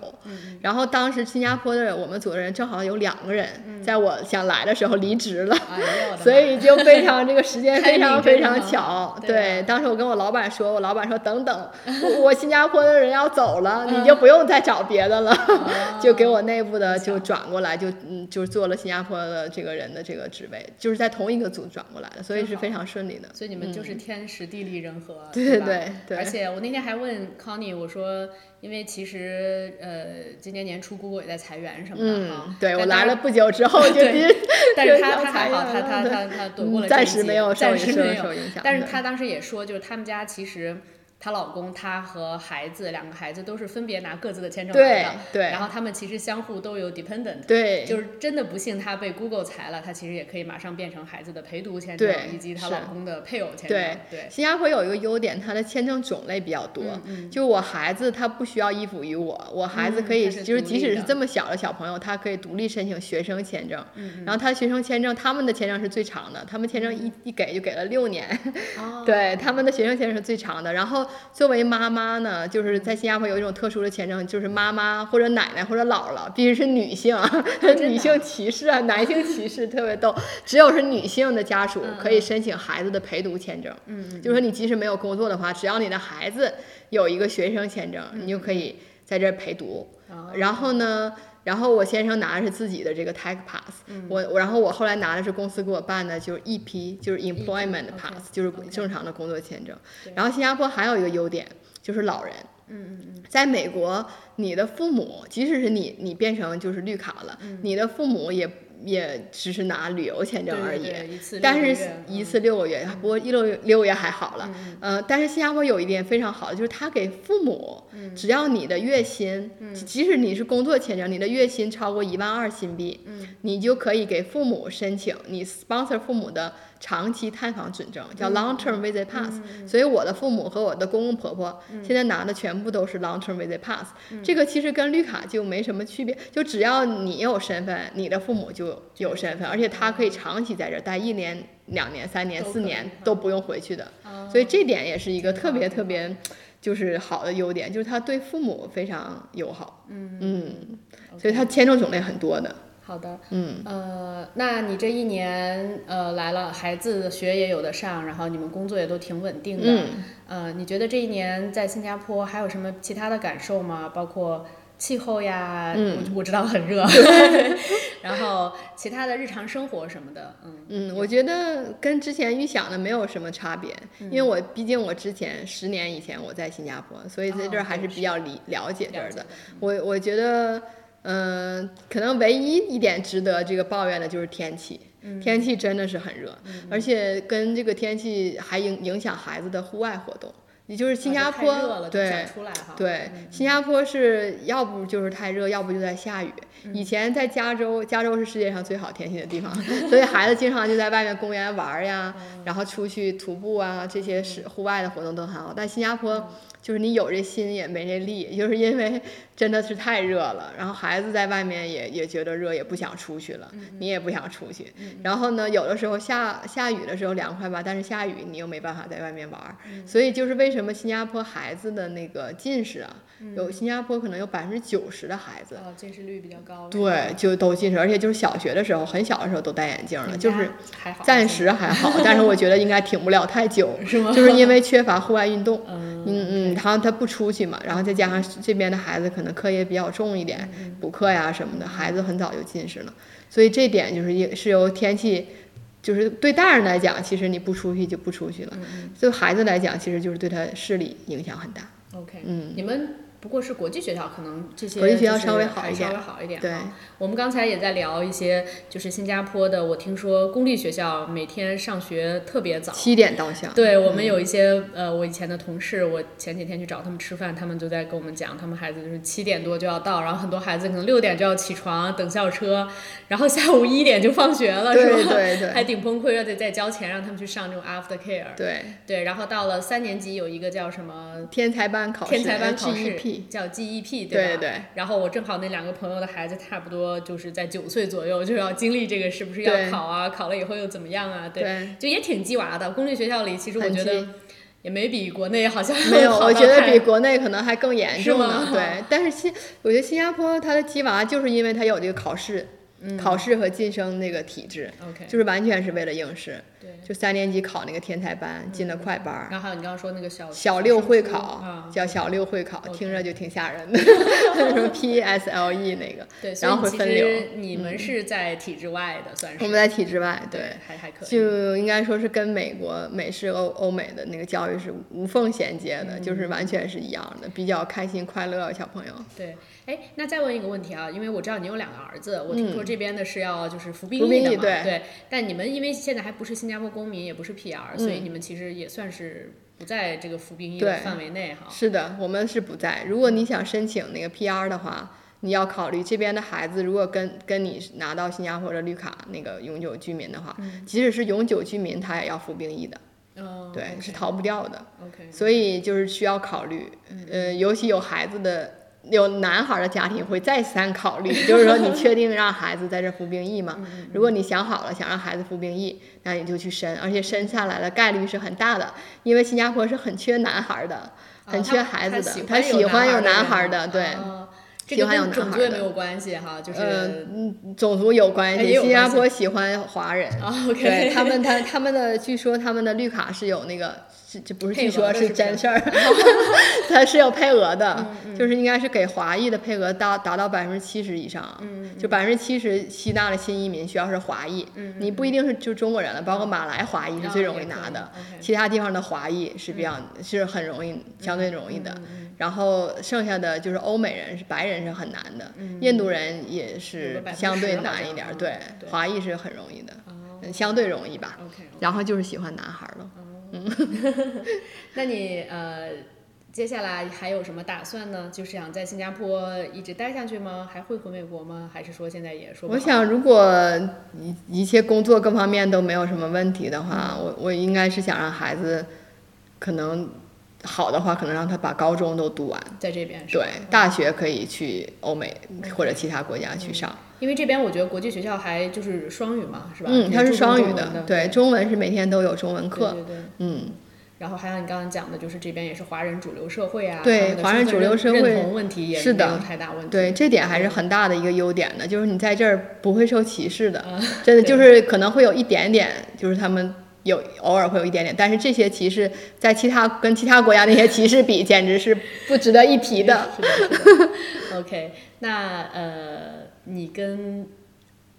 Speaker 2: 然后当时新加坡的我们组的人正好有两个人，在我想来的时候离职了。
Speaker 1: 哎呦我的妈
Speaker 2: 所以就非常这个 时间非
Speaker 1: timing
Speaker 2: 常
Speaker 1: 真
Speaker 2: 非
Speaker 1: 的很
Speaker 2: 常
Speaker 1: 好
Speaker 2: 巧，
Speaker 1: 对啊
Speaker 2: 对。当时我跟我老板说，我老板说 等等，我我新加坡的人要走了，
Speaker 1: 嗯
Speaker 2: 你就不用再找别的了，
Speaker 1: 哦
Speaker 2: 就给我内部的就转过来，就嗯，就是做了新加坡的这个人的这个职位，就是在同一个组转过来的，所以
Speaker 1: 真
Speaker 2: 是
Speaker 1: 好
Speaker 2: 非常顺利的。
Speaker 1: 所以你们就是天时地利人和，
Speaker 2: 嗯对
Speaker 1: 吧
Speaker 2: 对对
Speaker 1: 而且我那天还问 Connie，我说，因为其实呃，今年年初 Google 也在裁员什么的哈、
Speaker 2: 嗯，对我
Speaker 1: 但
Speaker 2: 来
Speaker 1: 当
Speaker 2: 了
Speaker 1: 然，
Speaker 2: 不久 之后就
Speaker 1: 对
Speaker 2: 直接
Speaker 1: 但是
Speaker 2: 就
Speaker 1: 他
Speaker 2: 要
Speaker 1: 他还
Speaker 2: 裁
Speaker 1: 好，
Speaker 2: 员
Speaker 1: 他他
Speaker 2: 了对嗯
Speaker 1: 他他躲过了这
Speaker 2: 暂
Speaker 1: 一
Speaker 2: 时
Speaker 1: 劫
Speaker 2: 没有受
Speaker 1: 暂
Speaker 2: 影
Speaker 1: 时
Speaker 2: 受
Speaker 1: 没有
Speaker 2: 受影响，
Speaker 1: 但是
Speaker 2: 对
Speaker 1: 她当时也说，就是他们家其实她老公、她和孩子两个孩子都是分别拿各自的签证来
Speaker 2: 对
Speaker 1: 的，
Speaker 2: 对
Speaker 1: 然后他们其实相互都有 dependent，
Speaker 2: 对，
Speaker 1: 就是真的不幸她被 Google 裁了，她其实也可以马上变成孩子的陪读签证
Speaker 2: 对
Speaker 1: 以及她
Speaker 2: 是
Speaker 1: 老公的配偶签证
Speaker 2: 对，
Speaker 1: 对，
Speaker 2: 新加坡有一个优点，它的签证种类比较多。就我孩子他不需要依附于我，我孩子
Speaker 1: 嗯
Speaker 2: 可以、
Speaker 1: 他是独
Speaker 2: 就是
Speaker 1: 立
Speaker 2: 即使
Speaker 1: 的
Speaker 2: 是这么小的小朋友，他可以独立申请学生签证。
Speaker 1: 嗯
Speaker 2: 然后他学生签证，他们的签证是最长的，他们签证一一给就给了六年。
Speaker 1: 哦
Speaker 2: 对，他们的学生签证是最长的。然后后作为妈妈呢，就是在新加坡有一种特殊的签证，就是妈妈或者奶奶或者姥姥必须是女性，
Speaker 1: 哦
Speaker 2: 女性歧视啊，男性歧视特别逗。只有是女性的家属可以申请孩子的陪读签证，
Speaker 1: 嗯，
Speaker 2: 就是说你即使没有工作的话，只要你的孩子有一个学生签证，
Speaker 1: 嗯
Speaker 2: 你就可以在这儿陪读。
Speaker 1: 哦
Speaker 2: 然后呢，然后我先生拿的是自己的这个 Tech Pass，、我
Speaker 1: 嗯
Speaker 2: 我然后我后来拿的是公司给我办的，就是 EP，就是 Employment
Speaker 1: OK，
Speaker 2: Pass，就是
Speaker 1: OK
Speaker 2: 正常的工作签证
Speaker 1: 对。
Speaker 2: 然后新加坡还有一个优点就是老人。
Speaker 1: 嗯嗯
Speaker 2: 在美国，你的父母，即使是你，你变成就是绿卡了，你的父母也也只是拿旅游签
Speaker 1: 嗯，
Speaker 2: 证而已。
Speaker 1: 对对对一次六
Speaker 2: 但
Speaker 1: 个
Speaker 2: 是
Speaker 1: 月
Speaker 2: 一
Speaker 1: 嗯
Speaker 2: 次六个月，不过一六六个月还好了。
Speaker 1: 嗯
Speaker 2: 呃，但是新加坡有一点非常好的，就是他给父母，
Speaker 1: 嗯
Speaker 2: 只要你的月薪，即使你是工作签证，你的月薪超过一万二新币，
Speaker 1: 嗯
Speaker 2: 你就可以给父母申请你 sponsor 父母的长期探访准证，叫 long term visit pass、所以我的父母和我的公公婆婆现在拿的全部都是 long term visit pass，、这个其实跟绿卡就没什么区别，就只要你有身份，你的父母就有身份，而且他可以长期在这儿待一年、两年、三年、
Speaker 1: 都
Speaker 2: 四
Speaker 1: 可以
Speaker 2: 年
Speaker 1: 哈
Speaker 2: 都不用回去的。
Speaker 1: 啊
Speaker 2: 所以这点也是一个
Speaker 1: 挺
Speaker 2: 特
Speaker 1: 好
Speaker 2: 别
Speaker 1: 挺
Speaker 2: 特别，就是好的优点，就是他对父母非常友好。嗯所以他签证种类很多的。
Speaker 1: 好的，
Speaker 2: 嗯，
Speaker 1: 呃，那你这一年呃来了，孩子学也有的上，然后你们工作也都挺稳定的，
Speaker 2: 嗯
Speaker 1: 呃，你觉得这一年在新加坡还有什么其他的感受吗？包括气候呀，
Speaker 2: 嗯
Speaker 1: 我我知道很热，然后其他的日常生活什么的，嗯
Speaker 2: 嗯，我觉得跟之前预想的没有什么差别，因
Speaker 1: 嗯
Speaker 2: 为我毕竟我之前十年以前我在新加坡，所以在这儿
Speaker 1: 哦
Speaker 2: 还是
Speaker 1: 是
Speaker 2: 比较理了解这
Speaker 1: 了
Speaker 2: 儿
Speaker 1: 解嗯
Speaker 2: 的
Speaker 1: 的。
Speaker 2: 我我觉得，嗯、可能唯一一点值得这个抱怨的就是天气，
Speaker 1: 嗯
Speaker 2: 天气真的是很热，而且跟这个天气还影影响孩子的户外活动。也就是新
Speaker 1: 啊就
Speaker 2: 加
Speaker 1: 太
Speaker 2: 坡，
Speaker 1: 热了就
Speaker 2: 对，
Speaker 1: 想出来哈，
Speaker 2: 对，新加坡是要不就是太热，要不就在下雨。以前在加州，加州是世界上最好天气的地方，所以孩子经常就在外面公园玩儿呀，然后出去徒步啊，这些是户外的活动都很好。但新加坡就是你有这心也没这力， 就是因为真的是太热了，然后孩子在外面也也觉得热，也不想出去了，你也不想出去。然后呢，有的时候下下雨的时候凉快吧，但是下雨你又没办法在外面玩儿，所以就是为什么新加坡孩子的那个近视啊，有新加坡可能有百分之九十的孩子。
Speaker 1: 哦，近视率比较高，是吧
Speaker 2: 对，就都近视，而且就是小学的时候，很小的时候都戴眼镜
Speaker 1: 你
Speaker 2: 了，
Speaker 1: 们
Speaker 2: 就
Speaker 1: 家
Speaker 2: 是
Speaker 1: 还好，
Speaker 2: 暂时还好，但是我觉得应该挺不了太久，
Speaker 1: 哦 是吗？
Speaker 2: 就是因为缺乏户外运动。
Speaker 1: 嗯
Speaker 2: 嗯嗯，然后他不出去嘛，然后再加上这边的孩子可能课业比较重一点，
Speaker 1: 嗯
Speaker 2: 补课呀什么的，孩子很早就近视了，所以这点就是也是由天气，就是对大人来讲，其实你不出去就不出去了，
Speaker 1: 嗯
Speaker 2: 对孩子来讲，其实就是对他视力影响很大。
Speaker 1: ，OK，
Speaker 2: 嗯，
Speaker 1: 你们不过是国际学校，可能这些
Speaker 2: 国际学校
Speaker 1: 就是
Speaker 2: 稍微
Speaker 1: 还
Speaker 2: 好一
Speaker 1: 稍
Speaker 2: 点
Speaker 1: 微好一点。
Speaker 2: 对，
Speaker 1: 我们刚才也在聊一些，就是新加坡的，我听说公立学校每天上学特别早。
Speaker 2: 七点到校。
Speaker 1: 对我们有一些呃，我以前的同事，我前几天去找他们吃饭，他们就在跟我们讲，他们孩子就是七点多就要到，然后很多孩子可能六点就要起床等校车，然后下午一点就放学了，是
Speaker 2: 对
Speaker 1: 吧？
Speaker 2: 对对
Speaker 1: 还挺崩溃，而且再交钱让他们去上这种 after care。
Speaker 2: 对，
Speaker 1: 对，然后到了三年级有一个叫什么
Speaker 2: 天才班考试，
Speaker 1: 天才班考试
Speaker 2: GEP，
Speaker 1: 叫 GEP，吧？
Speaker 2: 对对
Speaker 1: 然后我正好那两个朋友的孩子差不多就是在九岁左右就要经历这个，是不是要
Speaker 2: 对
Speaker 1: 考啊？考了以后又怎么样啊？对，
Speaker 2: 对
Speaker 1: 就也挺鸡娃的。公立学校里其实我
Speaker 2: 很
Speaker 1: 觉得
Speaker 2: 鸡
Speaker 1: 也没比国内好 像
Speaker 2: 没有，
Speaker 1: 好
Speaker 2: 我
Speaker 1: 到
Speaker 2: 觉得
Speaker 1: 太
Speaker 2: 比国内可能还更严
Speaker 1: 是
Speaker 2: 重
Speaker 1: 吗
Speaker 2: 呢。对，但是新，我觉得新加坡它的鸡娃就是因为它有这个考试、
Speaker 1: 嗯
Speaker 2: 考试和晋升那个体制，
Speaker 1: OK
Speaker 2: 就是完全是为了应试。
Speaker 1: 对。
Speaker 2: 就三年级考那个天才班，进了快班儿。
Speaker 1: 然后还有你刚刚说那个小
Speaker 2: 小六会
Speaker 1: 升初
Speaker 2: 考
Speaker 1: 啊，，
Speaker 2: 叫小六会考，
Speaker 1: OK
Speaker 2: 听着就挺吓 人的，什么 P S L E 那个，
Speaker 1: 对，所以
Speaker 2: 然后会
Speaker 1: 其
Speaker 2: 分流。
Speaker 1: 实你们是在体制外的，算是
Speaker 2: 我们在体制外，对
Speaker 1: 对，还还可以。
Speaker 2: 就应该说是跟美国美式欧欧美的那个教育是无缝衔接
Speaker 1: 嗯
Speaker 2: 的，就是完全是一样的，比较开心快乐小朋友。
Speaker 1: 对，哎，那再问一个问题啊，因为我知道你有两个儿子，我听说这边的是要就是服兵
Speaker 2: 嗯服兵
Speaker 1: 的
Speaker 2: 役
Speaker 1: 嘛，
Speaker 2: 对
Speaker 1: 但你们因为现在还不是新加坡公民，也不是 PR，、所以你们其实也算是不在这个服兵役的
Speaker 2: 嗯对
Speaker 1: 范围内哈。
Speaker 2: 是的，我们是不在。如果你想申请那个 PR 的话，你要考虑这边的孩子，如果跟跟你拿到新加坡的绿卡那个永久居民的话，即使是永久居民，他也要服兵役的，
Speaker 1: 嗯，
Speaker 2: 对是逃不掉的。
Speaker 1: OK，
Speaker 2: 嗯所以就是需要考虑，呃，尤其有孩子的有男孩的家庭会再三考 虑，就是说你确定让孩子在这服兵役吗？如果你想好了想让孩子服兵役，那你就去申，而且申下来的概率是很大的，因为新加坡是很缺男孩的，
Speaker 1: 啊
Speaker 2: 很缺孩子的，啊他喜欢有男孩的，对。
Speaker 1: 哦这
Speaker 2: 喜
Speaker 1: 个
Speaker 2: 欢有
Speaker 1: 跟
Speaker 2: 男
Speaker 1: 种
Speaker 2: 孩
Speaker 1: 族也
Speaker 2: 的
Speaker 1: 没有关系哈，就是、
Speaker 2: 嗯，种族有关
Speaker 1: 也
Speaker 2: 系，
Speaker 1: 有
Speaker 2: 新加
Speaker 1: 关系
Speaker 2: 坡喜欢华人，
Speaker 1: 啊
Speaker 2: 对
Speaker 1: ，OK，
Speaker 2: 他们，他他们的据说他们的绿卡是有那个，是这不是
Speaker 1: 配
Speaker 2: 据
Speaker 1: 额
Speaker 2: 说
Speaker 1: 的是不是嗯
Speaker 2: 真事儿，它是有配额的，就是应该是给华裔的配额达达到百分之七十以上，
Speaker 1: 嗯
Speaker 2: 就百分之七十吸纳了新移民需要是华裔，
Speaker 1: 嗯
Speaker 2: 你不一定是就中国人了，包括马来华裔是
Speaker 1: 哦
Speaker 2: 最容易拿的，其他地方的华裔是比较
Speaker 1: 嗯
Speaker 2: 是很容易，相对容易的。然后剩下的就是欧美人，是白人是很难的，印度人也
Speaker 1: 嗯有
Speaker 2: 是
Speaker 1: 个10%
Speaker 2: 相对
Speaker 1: 好
Speaker 2: 难
Speaker 1: 像
Speaker 2: 一点儿，
Speaker 1: 嗯
Speaker 2: 对，
Speaker 1: 对
Speaker 2: 华裔是很容易的，嗯相对容易吧。
Speaker 1: OK，
Speaker 2: 然后就是喜欢男孩儿了。
Speaker 1: 那你呃，接下来还有什么打算呢？就是想在新加坡一直待下去吗？还会回美国吗？还是说现在也说不
Speaker 2: 我
Speaker 1: 好
Speaker 2: 想，如果一一切工作各方面都没有什么问题的话，我我应该是想让孩子，可能好的话，可能让他把高中都读完，
Speaker 1: 在这边是吧
Speaker 2: 对，大学可以去欧美或者其他国家去上。
Speaker 1: 因为这边我觉得国际学校还就是双语嘛，是吧？
Speaker 2: 嗯，它是双语
Speaker 1: 的
Speaker 2: 的，，对，中文是每天都有中
Speaker 1: 对
Speaker 2: 文课。
Speaker 1: 对对。
Speaker 2: 嗯，
Speaker 1: 然后还有你刚刚讲的，就是这边也是华人主流社会啊，
Speaker 2: 对
Speaker 1: 他们的
Speaker 2: 华人
Speaker 1: 身份
Speaker 2: 主流
Speaker 1: 认
Speaker 2: 社会
Speaker 1: 认同问题也
Speaker 2: 是的
Speaker 1: 没有太大问题，
Speaker 2: 对，这点还是很大的一个优点的，就是你在这儿不会受歧视的，
Speaker 1: 嗯
Speaker 2: 真的就是可能会有一点点，就是他们有偶尔会有一点点，但是这些歧视在其他跟其他国家那些歧视比，简直是不值得一提 的。
Speaker 1: 是的，是的。OK，那呃，你跟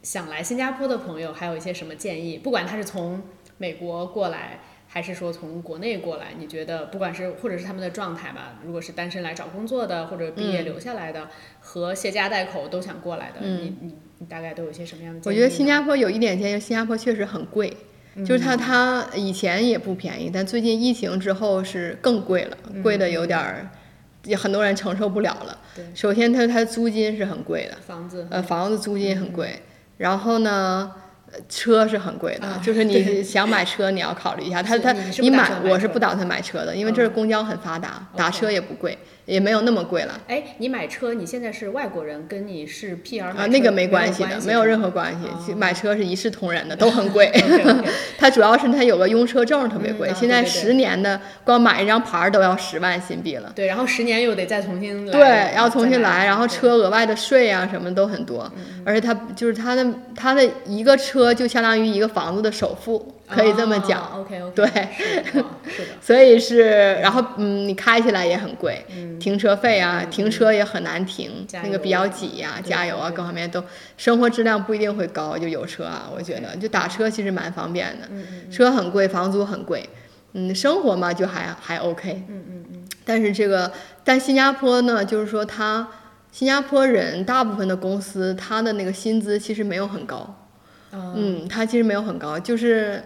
Speaker 1: 想来新加坡的朋友还有一些什么建议？不管他是从美国过来，还是说从国内过来，你觉得不管是或者是他们的状态吧，如果是单身来找工作的，或者毕业留下来的，和携家带口都想过来的，你你你大概都有些什么样的嗯建
Speaker 2: 嗯我
Speaker 1: 议呢？
Speaker 2: 觉得新加坡有一点建议，新加坡确实很贵，就是它它以前也不便宜，但最近疫情之后是更贵了，
Speaker 1: 嗯
Speaker 2: 贵的有点儿，也很多人承受不了了
Speaker 1: 对。
Speaker 2: 首先它它租金是很贵的。
Speaker 1: 房子
Speaker 2: 呃，房子租金很贵，然后呢，呃车是很贵的，
Speaker 1: 啊
Speaker 2: 就是你想买车，你要考虑一下。他
Speaker 1: 是
Speaker 2: 他
Speaker 1: 你是不
Speaker 2: 你
Speaker 1: 打算买
Speaker 2: 我是
Speaker 1: 车嗯
Speaker 2: 不打算买车的，因为这儿公交很发达，打
Speaker 1: OK
Speaker 2: 车也不贵，也没有那么贵了。
Speaker 1: 哎，你买车，你现在是外国人，跟你是 PR
Speaker 2: 啊，
Speaker 1: 买
Speaker 2: 那
Speaker 1: 车
Speaker 2: 个
Speaker 1: 没
Speaker 2: 没关系的，没有任何关
Speaker 1: 哦
Speaker 2: 系。其实买车是一视同仁的，都很贵。
Speaker 1: o k
Speaker 2: 它主要是它有个用车证特别贵，
Speaker 1: 嗯啊
Speaker 2: 现在
Speaker 1: 对对对
Speaker 2: 十年的光买一张牌儿都要十万新币了。
Speaker 1: 对，然后十年又得再重新来，
Speaker 2: 对，嗯要重
Speaker 1: 再
Speaker 2: 新来，然后
Speaker 1: 对
Speaker 2: 车额外的税啊什么都很多，而且它就是它的它的一个车就相当于一个房子的首付，可以这么讲。
Speaker 1: OK OK，
Speaker 2: 对
Speaker 1: 哦是的，是的。
Speaker 2: 所以是，然后嗯，你开起来也很贵，停车费啊，停车也很难停，
Speaker 1: 嗯加
Speaker 2: 那
Speaker 1: 油啊
Speaker 2: 个比较挤呀、
Speaker 1: 对
Speaker 2: 加油啊，
Speaker 1: 对
Speaker 2: 各方面都，生活质量不一定会高，就有车啊，我觉得就打车其实蛮方便的，
Speaker 1: 嗯
Speaker 2: 车很贵，房租很贵，嗯，生活嘛就还还 OK，嗯嗯嗯，但是这个但新加坡呢，就是说它新加坡人大部分的公司，它的那个薪资其实没有很高，
Speaker 1: 嗯，
Speaker 2: 嗯，他其实没有很高，就是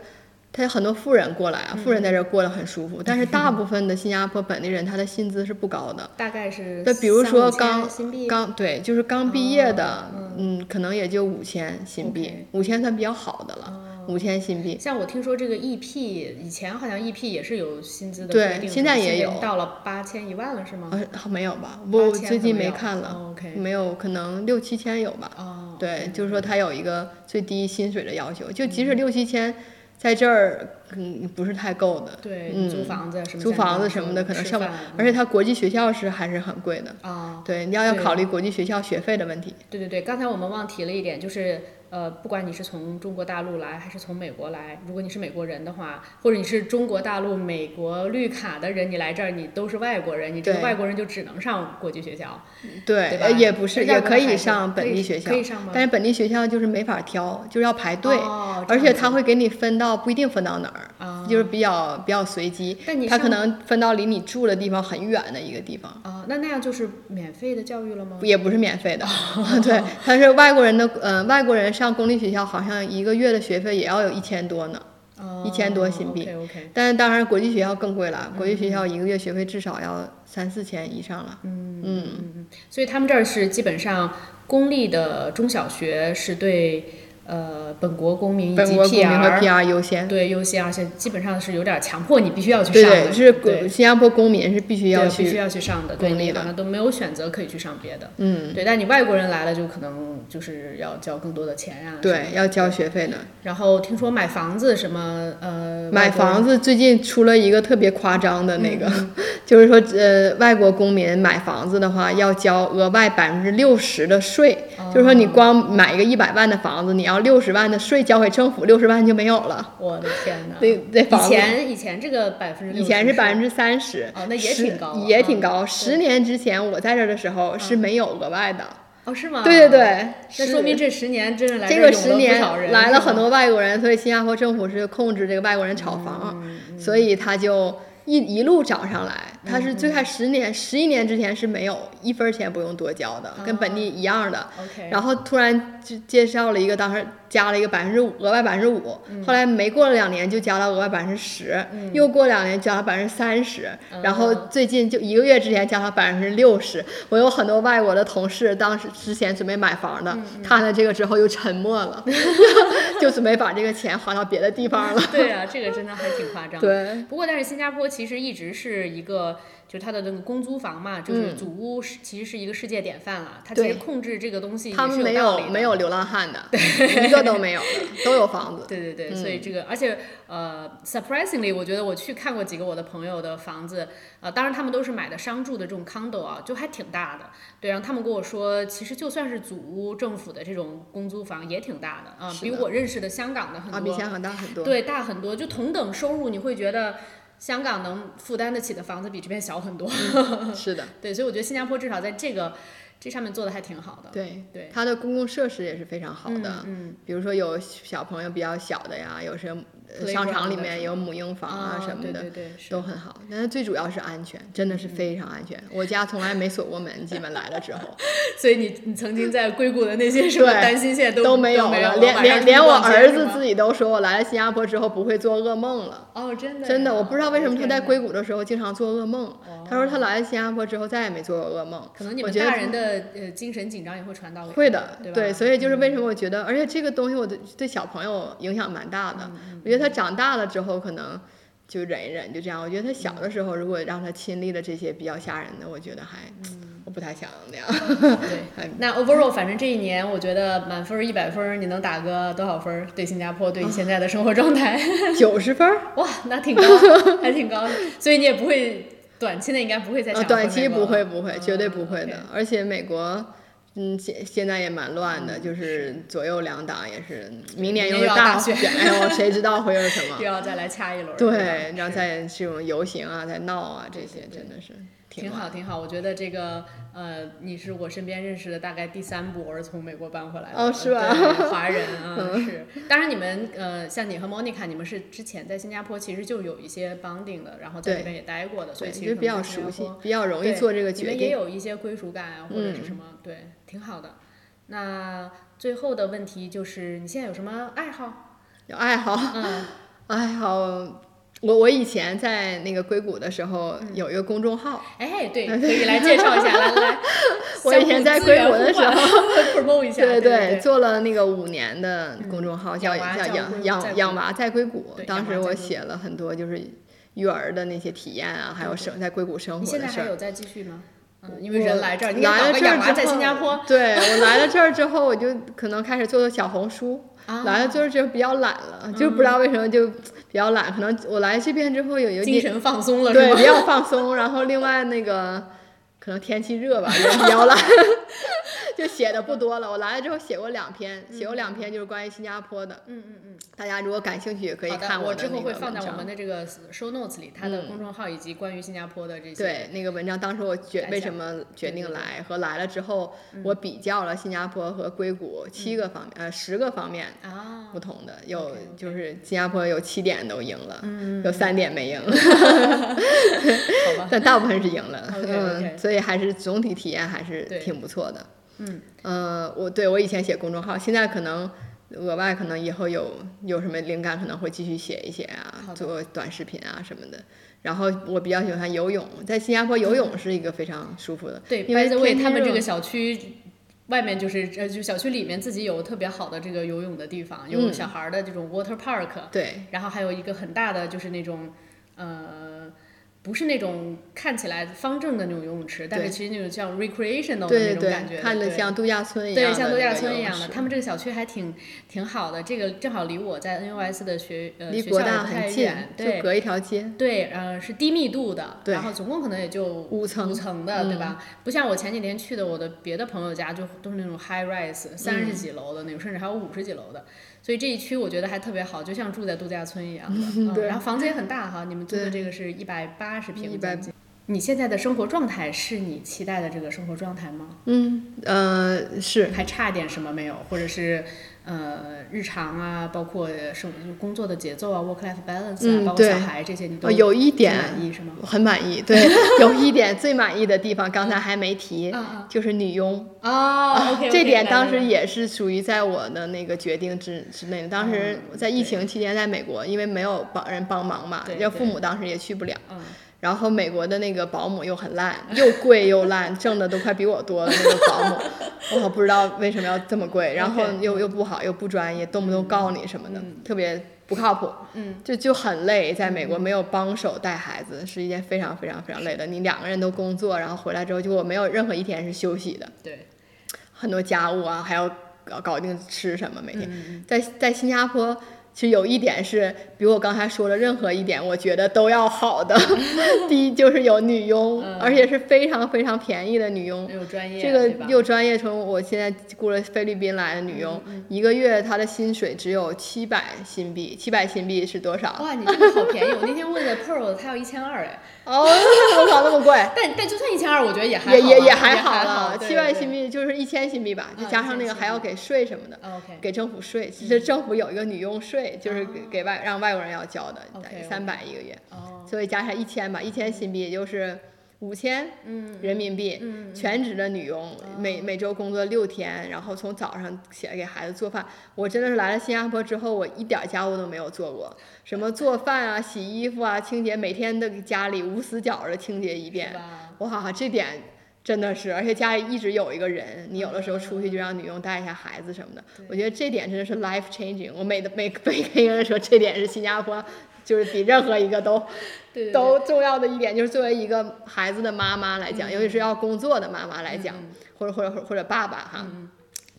Speaker 2: 他有很多富人过来啊，富人
Speaker 1: 嗯
Speaker 2: 在这儿过得很舒服，但是大部分的新加坡本地人他的薪资是不高的，
Speaker 1: 大概 是
Speaker 2: 那比如
Speaker 1: 三
Speaker 2: 说
Speaker 1: 五千
Speaker 2: 刚
Speaker 1: 新币
Speaker 2: 刚对，就是刚毕业的，嗯，可能也就五千新币
Speaker 1: 哦 OK，哦
Speaker 2: 五千算比较好的了，五千新币。
Speaker 1: 像我听说这个 EP，以前好像 EP 也是有薪资的
Speaker 2: 对
Speaker 1: 规定
Speaker 2: 现在也
Speaker 1: 是吧
Speaker 2: 有
Speaker 1: 到了八千一万了是吗？
Speaker 2: 呃，没有吧？我
Speaker 1: 8000
Speaker 2: 最近
Speaker 1: 还没
Speaker 2: 没
Speaker 1: 有
Speaker 2: 看了，
Speaker 1: 哦，OK
Speaker 2: 没有，可能六七千有吧。
Speaker 1: 哦，
Speaker 2: 对，就是说他有一个最低薪水的要求，就即
Speaker 1: 嗯
Speaker 2: 使六七千，在这儿嗯不是太够的。
Speaker 1: 对，
Speaker 2: 嗯
Speaker 1: 租房子什么，
Speaker 2: 租房子什么的可能上不
Speaker 1: 不
Speaker 2: 了，而且它国际学校是还是很贵的。
Speaker 1: 啊，
Speaker 2: 对，你要要
Speaker 1: 对
Speaker 2: 考虑国际学校学费的问题。
Speaker 1: 对对对，刚才我们忘提了一点，就是呃，不管你是从中国大陆来还是从美国来，如果你是美国人的话，或者你是中国大陆美国绿卡的人，你来这儿你都是外国人，你这个
Speaker 2: 对
Speaker 1: 外国人就只能上国际学校，嗯对
Speaker 2: 对，
Speaker 1: 吧
Speaker 2: 呃也不是，
Speaker 1: 外
Speaker 2: 也
Speaker 1: 国
Speaker 2: 可
Speaker 1: 孩
Speaker 2: 以
Speaker 1: 子
Speaker 2: 上
Speaker 1: 可
Speaker 2: 本
Speaker 1: 以
Speaker 2: 地学校
Speaker 1: 可以上吗，
Speaker 2: 但是本地学校就是没法挑，就是要排队，
Speaker 1: 哦、
Speaker 2: 而且
Speaker 1: 他
Speaker 2: 他会给你分到不一定分到哪儿，
Speaker 1: 啊
Speaker 2: 就是比较比较随机。
Speaker 1: 但你
Speaker 2: 他可
Speaker 1: 上
Speaker 2: 能分到离你住的地方很远的一个地方。
Speaker 1: 啊、那那样就是免费的教育了吗？
Speaker 2: 也不是免 费的，对，但是外国人的，呃，外国人上公立学校好像一个月的学费也要有一千多呢，
Speaker 1: 啊
Speaker 2: 1000多新币
Speaker 1: OK OK，
Speaker 2: 但是当然，国际学校更贵
Speaker 1: 嗯
Speaker 2: 了，国际学校一个月学费至少要三四千以上了。嗯
Speaker 1: 所以他们这儿是基本上公立的中小学是对呃本国公民以及
Speaker 2: 本国公民和
Speaker 1: PR
Speaker 2: PR 优先。
Speaker 1: 对优先，而且基本上是有点强迫你必须要去
Speaker 2: 对
Speaker 1: 上的，
Speaker 2: 对，是
Speaker 1: 对
Speaker 2: 国新加坡公民是必须要
Speaker 1: 对必须
Speaker 2: 去，
Speaker 1: 要去上的，对
Speaker 2: 公立
Speaker 1: 你
Speaker 2: 的
Speaker 1: 好像都没有选择可以去上别的。
Speaker 2: 嗯，
Speaker 1: 对，但你外国人来了，就可能就是要交更多的钱呀、什么
Speaker 2: 对，
Speaker 1: 的
Speaker 2: 要交学费的。
Speaker 1: 然后听说买房子什么，呃，外
Speaker 2: 买
Speaker 1: 国人嗯
Speaker 2: 房子最近出了一个特别夸张的那个， 就是说，呃，外国公民买房子的话要交额外百分之六十的税，
Speaker 1: 哦
Speaker 2: 就是说你光买一个一百万的房子，你要六十万的税交给政府，六十万就没有了。
Speaker 1: 我的天哪！
Speaker 2: 那那
Speaker 1: 啊以
Speaker 2: 房子
Speaker 1: 前以前这个百分之
Speaker 2: 以前是百分
Speaker 1: 之
Speaker 2: 之三十
Speaker 1: 哦，那也
Speaker 2: 十
Speaker 1: 挺高了
Speaker 2: 也
Speaker 1: 啊
Speaker 2: 挺高。十年之前我在这儿的时候是没有额外的，
Speaker 1: 哦是吗？
Speaker 2: 对对，对，
Speaker 1: 那
Speaker 2: 是
Speaker 1: 说明这十年真是来
Speaker 2: 这
Speaker 1: 儿
Speaker 2: 个
Speaker 1: 涌
Speaker 2: 十
Speaker 1: 了不少
Speaker 2: 年
Speaker 1: 人
Speaker 2: 来
Speaker 1: 是
Speaker 2: 了
Speaker 1: 吗
Speaker 2: 很多外国人，所以新加坡政府是控制这个外国人炒
Speaker 1: 嗯
Speaker 2: 房，所以他就一一路涨上来。他
Speaker 1: 嗯
Speaker 2: 是最开始十年、十一年之前是没有一分钱不用多交的，跟本
Speaker 1: 哦
Speaker 2: 地一样的。
Speaker 1: OK，
Speaker 2: 然后突然就介绍了一个，当时加了一个百分之五，额外百分之五。
Speaker 1: 嗯
Speaker 2: 后来没过了两年就加到额外百分之十，又过两年加到百分之三十，然后
Speaker 1: 嗯
Speaker 2: 最近就一个月之前加到百分之六十。我有很多外国的同事，当时之前准备买房
Speaker 1: 嗯
Speaker 2: 的，看了这个之后又沉默 了，就准备把这个钱花到别的地方了。
Speaker 1: 对啊，这个真的还挺夸张的。
Speaker 2: 对，
Speaker 1: 不过，但是新加坡其实一直是一个，就是它的那个公租房嘛，就是祖屋是其实是一个世界典范了。它其实
Speaker 2: 嗯对
Speaker 1: 控制这个东西
Speaker 2: 他
Speaker 1: 也
Speaker 2: 们
Speaker 1: 是
Speaker 2: 没
Speaker 1: 道
Speaker 2: 有
Speaker 1: 理的
Speaker 2: 没有。流浪汉 的，一个都没有的，都有房子。
Speaker 1: 对对对，所以
Speaker 2: 嗯
Speaker 1: 这个，而且呃，surprisingly，我觉得我去看过几个我的朋友的房子，呃，当然他们都是买的商住的这种 condo 啊，就还挺大的。对，然后他们跟我说，其实就算是祖屋政府的这种公租房也挺大的啊、
Speaker 2: 是
Speaker 1: 比
Speaker 2: 的
Speaker 1: 我认识的香港的 很多、
Speaker 2: 啊，比香港大 很多。
Speaker 1: 对，大很多。就同等收入，你会觉得香港能负担得起的房子比这边小很多。
Speaker 2: 是的，
Speaker 1: 对，所以我觉得新加坡至少在这个这上面做的还挺好的。
Speaker 2: 对。
Speaker 1: 对，
Speaker 2: 它的公共设施也是非常好的，
Speaker 1: 嗯，
Speaker 2: 比如说有小朋友比较小的呀，有什么呃
Speaker 1: Playground
Speaker 2: 商场里
Speaker 1: 的
Speaker 2: 面
Speaker 1: 什
Speaker 2: 有母婴房啊什么的，
Speaker 1: 嗯对对对，是
Speaker 2: 都很好。但是最主要是安全，真的是非常安全。我家从来没锁过门，基本来了之后
Speaker 1: 所以你你曾经在硅谷的那些什么
Speaker 2: 对
Speaker 1: 担心，现在
Speaker 2: 都
Speaker 1: 没
Speaker 2: 有
Speaker 1: 没
Speaker 2: 了，连连连我儿子自
Speaker 1: 己
Speaker 2: 己都说我来了新加坡之后不会做噩梦了。
Speaker 1: 哦，真的
Speaker 2: 真的，
Speaker 1: 呀哦
Speaker 2: 我不知道为什么他
Speaker 1: 天
Speaker 2: 在
Speaker 1: 哪哦
Speaker 2: 硅谷的时候经常做噩梦。他说他来了新加坡之后再也没做过噩梦。
Speaker 1: 可能你
Speaker 2: 我
Speaker 1: 们
Speaker 2: 觉得
Speaker 1: 大人的呃精神紧张也会传到我
Speaker 2: 会的，
Speaker 1: 对吧 嗯
Speaker 2: 所以就是为什么我觉得，而且这个东西我对对小朋友影响蛮大
Speaker 1: 嗯
Speaker 2: 的。我觉得他长大了之后可能就忍一忍，就这样。我觉得他
Speaker 1: 嗯
Speaker 2: 小的时候如果让他亲历了这些比较吓人的，我觉得还、
Speaker 1: 嗯
Speaker 2: 我不太想那样。
Speaker 1: 对，那 overall 反正这一年我觉得满分一百分，你能打个多少分儿？对新加坡，
Speaker 2: 啊
Speaker 1: 对你现在的生活状态，
Speaker 2: 九十分儿，
Speaker 1: 哇，那挺高，还挺高的。所以你也不会短期内应该不会再
Speaker 2: 呃，
Speaker 1: 想、
Speaker 2: 短期不会，不会，绝对
Speaker 1: 嗯
Speaker 2: 不会的。
Speaker 1: OK
Speaker 2: 而且美国。嗯，现现在也蛮乱的，就是左右两党也是，明年
Speaker 1: 嗯明年
Speaker 2: 又是
Speaker 1: 又要
Speaker 2: 大
Speaker 1: 大选
Speaker 2: 选，哎呦，谁知道会有什么
Speaker 1: 又？要再来掐一轮儿。吧
Speaker 2: 嗯对，然后
Speaker 1: 是
Speaker 2: 再这种游行啊，再闹啊，这些真的是
Speaker 1: 挺
Speaker 2: 乱
Speaker 1: 好，挺好。我觉得这个呃，你是我身边认识的大概第三波儿从美国搬回来的
Speaker 2: 哦是吧嗯
Speaker 1: 对华 人啊，是。当然你们呃，像你和 Monica，你们是之前在新加坡其实就有一些 bonding 的，然后在
Speaker 2: 对
Speaker 1: 那边也待过的，所
Speaker 2: 对，
Speaker 1: 以其
Speaker 2: 就
Speaker 1: 实
Speaker 2: 比较
Speaker 1: 可能在新
Speaker 2: 熟
Speaker 1: 加
Speaker 2: 悉
Speaker 1: 坡，
Speaker 2: 比较容易
Speaker 1: 对
Speaker 2: 做这个
Speaker 1: 你
Speaker 2: 决
Speaker 1: 们也
Speaker 2: 定。嗯
Speaker 1: 有一些归属感啊，或者是什么，对，挺好的。那最后的问题就是，你现在有什么爱
Speaker 2: 哦
Speaker 1: 好？
Speaker 2: 有爱好，
Speaker 1: 嗯，
Speaker 2: 爱好，我我以前在那个硅谷的时候
Speaker 1: 嗯
Speaker 2: 有一个公众号，，
Speaker 1: 哎，对，可以来介绍一下，来来
Speaker 2: 我以前在硅谷的时候
Speaker 1: 候 ，promote 一下，对
Speaker 2: 对
Speaker 1: 对，嗯
Speaker 2: 做了那个五年的公众号，叫
Speaker 1: 养娃
Speaker 2: 叫
Speaker 1: 叫硅谷
Speaker 2: 养
Speaker 1: 在
Speaker 2: 养
Speaker 1: 硅
Speaker 2: 养
Speaker 1: 谷
Speaker 2: 娃在硅谷
Speaker 1: 对。
Speaker 2: 当
Speaker 1: 养
Speaker 2: 时
Speaker 1: 娃在
Speaker 2: 我
Speaker 1: 硅谷
Speaker 2: 写了很多就是育儿的那些体验啊，还有生在硅谷生
Speaker 1: 你
Speaker 2: 活
Speaker 1: 现
Speaker 2: 的
Speaker 1: 在
Speaker 2: 事
Speaker 1: 还
Speaker 2: 儿。
Speaker 1: 有在继续吗？嗯，因为人来这儿，你
Speaker 2: 来
Speaker 1: 搞
Speaker 2: 了
Speaker 1: 个
Speaker 2: 这
Speaker 1: 养娃
Speaker 2: 儿
Speaker 1: 在
Speaker 2: 之
Speaker 1: 新加
Speaker 2: 后啊
Speaker 1: 坡，，
Speaker 2: 对我来了这儿之后，我就可能开始做做小红书。
Speaker 1: 啊嗯
Speaker 2: 来了这儿之后比较懒了，就不知道为什么就比较懒。可能我来这边之后有有
Speaker 1: 精
Speaker 2: 点
Speaker 1: 神放松了
Speaker 2: 对，比
Speaker 1: 是吗？
Speaker 2: 较放松。然后另外那个可能天气 热吧，也比较懒， 就写的不多了。我来了之后写过两篇，写过两篇就是关于新加坡的。
Speaker 1: 嗯嗯嗯，
Speaker 2: 大家如果感兴趣，也可以
Speaker 1: 好的
Speaker 2: 看
Speaker 1: 我
Speaker 2: 的
Speaker 1: 之
Speaker 2: 那
Speaker 1: 后
Speaker 2: 个
Speaker 1: 会
Speaker 2: 文
Speaker 1: 放在我
Speaker 2: 章
Speaker 1: 们。的这个 show notes 里，他的公众号以及关于新加坡的这些。
Speaker 2: 对那个文章，当时我决
Speaker 1: 感
Speaker 2: 为
Speaker 1: 想
Speaker 2: 什么决
Speaker 1: 对
Speaker 2: 定
Speaker 1: 对对嗯
Speaker 2: 来和来了之后，我比较了新加坡和硅谷七个方面，呃十个方面
Speaker 1: 啊
Speaker 2: 不，同的，有
Speaker 1: 哦 OK，OK 嗯
Speaker 2: 就是新加坡有七点都赢了，有三点没赢，
Speaker 1: 好吧。
Speaker 2: 但大部分是赢了，
Speaker 1: OK，OK
Speaker 2: 嗯，所以还是总体体验还是
Speaker 1: 对
Speaker 2: 挺不错的。
Speaker 1: 嗯，
Speaker 2: 呃，我对我以前写公众号，现在可能额外可能以后有有什么灵感，可能会继续写一写
Speaker 1: 好
Speaker 2: 啊，
Speaker 1: 的
Speaker 2: 做短视频啊什么的。然后我比较喜欢游泳，在新加坡游泳是一个非常舒服的，
Speaker 1: 对
Speaker 2: 因为
Speaker 1: by the way，
Speaker 2: 天气
Speaker 1: 他们
Speaker 2: 热
Speaker 1: 这个小区外面就是呃，就小区里面自己有特别好的这个游泳的地方，有
Speaker 2: 嗯
Speaker 1: 小孩儿的这种 water park，、
Speaker 2: 对，
Speaker 1: 然后还有一个很大的就是那种呃，不是那种看起来方正的那种游泳池，但是
Speaker 2: 对
Speaker 1: 其实那种像 recreational 的那
Speaker 2: 对
Speaker 1: 种感觉
Speaker 2: 对，
Speaker 1: 的，
Speaker 2: 看着
Speaker 1: 对
Speaker 2: 像度假村一样
Speaker 1: 对，
Speaker 2: 的
Speaker 1: 像
Speaker 2: 那
Speaker 1: 度假
Speaker 2: 个
Speaker 1: 村
Speaker 2: 游
Speaker 1: 一
Speaker 2: 泳
Speaker 1: 样的。
Speaker 2: 池
Speaker 1: 他们这个小区还挺挺好的，这个正好离我在 NUS 的学呃
Speaker 2: 离
Speaker 1: 学
Speaker 2: 国
Speaker 1: 校也
Speaker 2: 大
Speaker 1: 不太
Speaker 2: 很近
Speaker 1: 远，，
Speaker 2: 就
Speaker 1: 对。
Speaker 2: 隔一条街。
Speaker 1: 对，呃，是低密度的，
Speaker 2: 对
Speaker 1: 然后总共可能也就
Speaker 2: 五层嗯
Speaker 1: 五层的，对吧？不像我前几天去的我的别的朋友家，就都是那种 high rise，三
Speaker 2: 嗯
Speaker 1: 十几楼的那种，甚至还有五十几楼的。所以这一区我觉得还特别好，就像住在度假村一样 的。嗯
Speaker 2: 对
Speaker 1: 然后房子也很大哈，你们租的
Speaker 2: 对
Speaker 1: 这个是一百八十平，
Speaker 2: 180。
Speaker 1: 你现在的生活状态是你期待的这个生活状态吗？
Speaker 2: 嗯，呃，是
Speaker 1: 还差点什么没有，或者是呃日常啊，包括生工作的节奏啊，work life balance 啊，
Speaker 2: 嗯
Speaker 1: 包括小
Speaker 2: 对
Speaker 1: 孩这些，你都
Speaker 2: 呃有一
Speaker 1: 最
Speaker 2: 点
Speaker 1: 满意是吗？
Speaker 2: 我很满意。对，有一点最满意的地方，刚才还没提，
Speaker 1: 嗯
Speaker 2: 就是女佣。
Speaker 1: 嗯哦，OK，
Speaker 2: 这点当时也是属于在我的那个决定之之内的。当时在疫情期间在美国，因为没有帮人帮忙嘛
Speaker 1: 嗯对，
Speaker 2: 要
Speaker 1: 对
Speaker 2: 父母当时也去不了。
Speaker 1: 嗯
Speaker 2: 然后美国的那个保姆又很烂，又贵又烂，挣的都快比我多了那个 保姆，我不知道为什么要这么贵，然后
Speaker 1: OK
Speaker 2: 又又不好，又不专业，动不动告你什么的，特别不靠谱。
Speaker 1: 嗯，
Speaker 2: 就就很累，在美国没有帮手带孩子是一件非常非常非常累的。你两个人都工作，然后回来之后，就我没有任何一天是休息的。
Speaker 1: 对，
Speaker 2: 很多家务啊，还要搞搞定吃什么，每天、
Speaker 1: 嗯
Speaker 2: 在在新加坡。其实有一点是比我刚才说的任何一点，我觉得都要 好的。第一就是有女佣，而且是非常非常便宜的女佣，
Speaker 1: 又专业，嗯
Speaker 2: 这
Speaker 1: 对吧
Speaker 2: 个又专业。从我现在雇了菲律宾来的女佣，
Speaker 1: 嗯
Speaker 2: 一个月她的薪水只有七百新币，七百新币是多少？
Speaker 1: 哇，你这个好便宜！我那天问了 Pearl，它要一千二哎，
Speaker 2: 哦，我靠，那么贵！
Speaker 1: 但但就算一千二，我觉得也还
Speaker 2: 也
Speaker 1: 好啊
Speaker 2: 也
Speaker 1: 吧也
Speaker 2: 还
Speaker 1: 好
Speaker 2: 了，
Speaker 1: 对
Speaker 2: 七百
Speaker 1: 对
Speaker 2: 新币就是一千新币吧，就
Speaker 1: 啊
Speaker 2: 加上那
Speaker 1: 1000
Speaker 2: 个还要
Speaker 1: 新
Speaker 2: 给税什么的。
Speaker 1: 哦，OK，
Speaker 2: 给政府税，其实政府有一个女佣税，就是
Speaker 1: 啊
Speaker 2: 给给外让外国人要交的
Speaker 1: OK，OK，
Speaker 2: 三百一个月，
Speaker 1: 哦，
Speaker 2: 所以加起来一千吧，一千新币也就是五千
Speaker 1: 嗯
Speaker 2: 人民币，
Speaker 1: 嗯哦
Speaker 2: 全职的女佣，每每周工作六天，然后从早上起来给孩子做饭。我真的是来了新加坡之后，我一点儿家务都没有做过，什么做饭啊、洗衣服啊、清洁，每天都给家里无死角的清洁一
Speaker 1: 是
Speaker 2: 遍。
Speaker 1: 吧？
Speaker 2: 哇，这点真的是，而且家里一直有一个人，你有的时
Speaker 1: 嗯
Speaker 2: 候出去就让女佣带一下孩子什么的，我觉得这点真的是 life changing。我每每每跟一个人说，这点是新加坡。就是比任何一个都
Speaker 1: 对对
Speaker 2: 都重要的一点，就是作为一个孩子的妈妈来讲，尤
Speaker 1: 嗯
Speaker 2: 其是要工作的妈妈来讲，或者或者或者爸爸哈，
Speaker 1: 嗯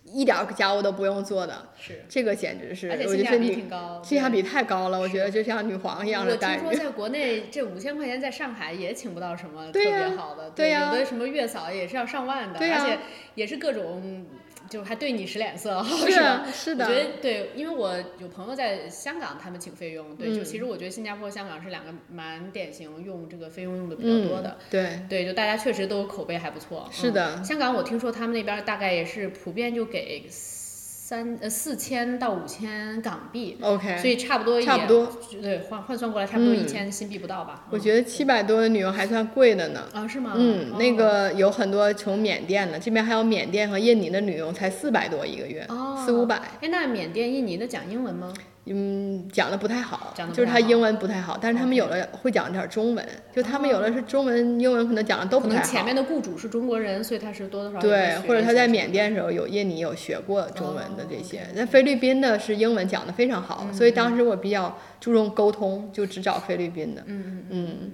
Speaker 2: 一点儿家务都不用做的，
Speaker 1: 是，
Speaker 2: 这个简直是
Speaker 1: 而且
Speaker 2: 我
Speaker 1: 性
Speaker 2: 觉得
Speaker 1: 价
Speaker 2: 是
Speaker 1: 比
Speaker 2: 女
Speaker 1: 挺高
Speaker 2: 性价
Speaker 1: 对
Speaker 2: 比太高了，我觉得就像女皇一样
Speaker 1: 我
Speaker 2: 的待
Speaker 1: 听
Speaker 2: 遇。
Speaker 1: 说在国内这五千块钱在上海也请不到什么特
Speaker 2: 对呀
Speaker 1: 别好的，
Speaker 2: 对呀
Speaker 1: 有的什么月嫂也是要上万的，
Speaker 2: 对呀
Speaker 1: 而且也是各种，就还对你使脸色，
Speaker 2: 是
Speaker 1: 吧
Speaker 2: 啊？是的
Speaker 1: 我觉得对，因为我有朋友在香港，他们请菲佣，对，就
Speaker 2: 嗯
Speaker 1: 其实我觉得新加坡、香港是两个蛮典型用这个菲佣用的比较
Speaker 2: 嗯
Speaker 1: 多的。，
Speaker 2: 对，
Speaker 1: 对，就大家确实都口碑还不错。
Speaker 2: 是的
Speaker 1: 嗯香港我听说他们那边大概也是普遍就给三呃四千到五千港币，
Speaker 2: OK，
Speaker 1: 所以差不多也
Speaker 2: 差不多，
Speaker 1: 对，换换算过来差不多
Speaker 2: 嗯
Speaker 1: 一千新币不到吧？
Speaker 2: 我觉得七百多的女佣还算贵的呢。
Speaker 1: 得啊是吗？
Speaker 2: 嗯
Speaker 1: 哦，
Speaker 2: 那个有很多从缅甸的，这边还有缅甸和印尼的女佣，才四百多一个月
Speaker 1: 哦，
Speaker 2: 四五百。
Speaker 1: 哎，那缅甸、印尼的讲英文吗？
Speaker 2: 嗯，讲的不太好
Speaker 1: 讲得，不
Speaker 2: 就是
Speaker 1: 太
Speaker 2: 他
Speaker 1: 好
Speaker 2: 英文不太好，但是他们有的会讲点儿中文，就他们有的是中文、英文可能讲的都
Speaker 1: 哦可
Speaker 2: 不
Speaker 1: 能
Speaker 2: 太
Speaker 1: 前
Speaker 2: 好。
Speaker 1: 面的雇主是中国人，所以他是多多少少
Speaker 2: 对
Speaker 1: 有，学
Speaker 2: 或者
Speaker 1: 一
Speaker 2: 他
Speaker 1: 些
Speaker 2: 在
Speaker 1: 什么
Speaker 2: 缅甸的时候有印尼有学过中文的
Speaker 1: 哦嗯
Speaker 2: 这
Speaker 1: ，OK
Speaker 2: 些，那菲律宾的是英文讲的非常好，所以当时我比较注重沟通，就只找菲律宾的。
Speaker 1: 嗯嗯嗯，
Speaker 2: 嗯，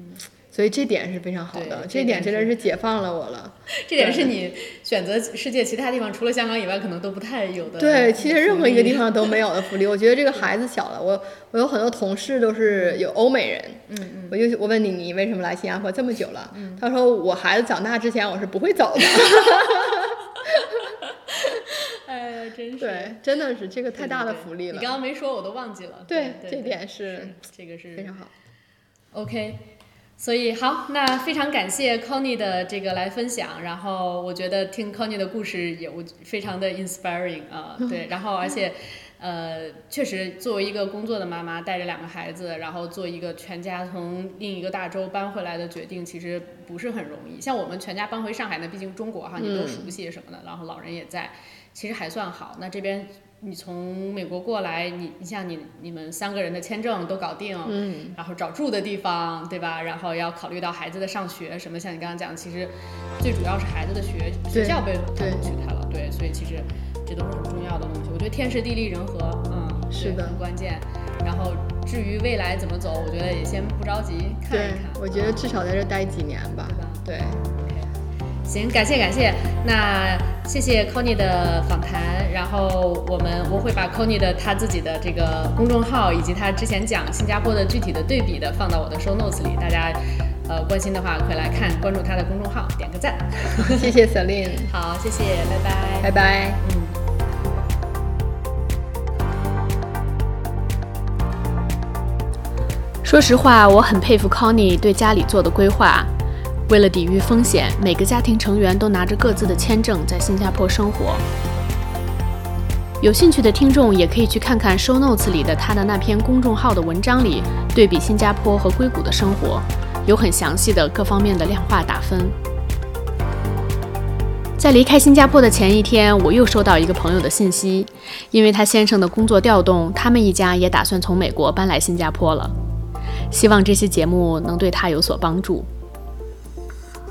Speaker 2: 所以这点是非常好
Speaker 1: 对
Speaker 2: 的，
Speaker 1: 这
Speaker 2: 这点
Speaker 1: 点
Speaker 2: 真的
Speaker 1: 是
Speaker 2: 是解放了我了。
Speaker 1: 这点是你选择世界其他地方除了香港以外可能都不太有的。
Speaker 2: 对，其实任何一个地
Speaker 1: 方，
Speaker 2: 方都没有的福利。我觉得这个孩子小了，我我有很多同事都是有欧美人，
Speaker 1: 嗯嗯，
Speaker 2: 我就我问你，你为什么来新加坡这么久了？他说我孩子长大之前我是不会走的。
Speaker 1: 哎呀，真是
Speaker 2: 对，真的是这个太大的福利
Speaker 1: 你刚
Speaker 2: 了。
Speaker 1: 刚没说，我都忘记了。
Speaker 2: 对，
Speaker 1: 对，
Speaker 2: 这
Speaker 1: 对
Speaker 2: 点是
Speaker 1: 这个是
Speaker 2: 非常好。
Speaker 1: OK，所以好，那非常感谢 Connie 的这个来分享，然后我觉得听 Connie 的故事也我非常的 inspiring 啊、对，然后而且。呃，确实，作为一个工作的妈妈，带着两个孩子，然后做一个全家从另一个大洲搬回来的决定，其实不是很容易。像我们全家搬回上海呢，毕竟中国哈，你都
Speaker 2: 嗯
Speaker 1: 熟悉什么的，然后老人也在，其实还算好。那这边你从美国过来，你你像你你们三个人的签证都搞定，
Speaker 2: 嗯，
Speaker 1: 然后找住的地方，对吧？然后要考虑到孩子的上学什么，像你刚刚讲，其实最主要是孩子的学学
Speaker 2: 对
Speaker 1: 校被
Speaker 2: 对
Speaker 1: 录取他了，
Speaker 4: 对，所以其实这都是很重要的东西。我觉得天时地利人和，嗯，对
Speaker 2: 是的
Speaker 4: 很关键。然后至于未来怎么走，我觉得也先不着急，看一
Speaker 2: 对
Speaker 4: 看。，
Speaker 2: 我觉得
Speaker 4: 嗯
Speaker 2: 至少在这待几年吧
Speaker 4: 对吧。
Speaker 2: 对，
Speaker 4: 行，感谢感谢，那谢谢 Conny 的访谈，然后我们我会把 Conny 的他自己的这个公众号以及他之前讲新加坡的具体的对比的放到我的 show notes 里，大家呃关心的话快来看，关注他的公众号，点个赞。
Speaker 2: 谢谢 Celine，
Speaker 4: 好，谢谢，拜拜。
Speaker 2: 拜拜。
Speaker 4: 嗯。
Speaker 1: 说实话，我很佩服 Connie 对家里做的规划。为了抵御风险，每个家庭成员都拿着各自的签证在新加坡生活。有兴趣的听众也可以去看看 Show Notes 里的他的那篇公众号的文章里，对比新加坡和硅谷的生活，有很详细的各方面的量化打分。在离开新加坡的前一天，我又收到一个朋友的信息，因为他先生的工作调动，他们一家也打算从美国搬来新加坡了。希望这期节目能对他有所帮助。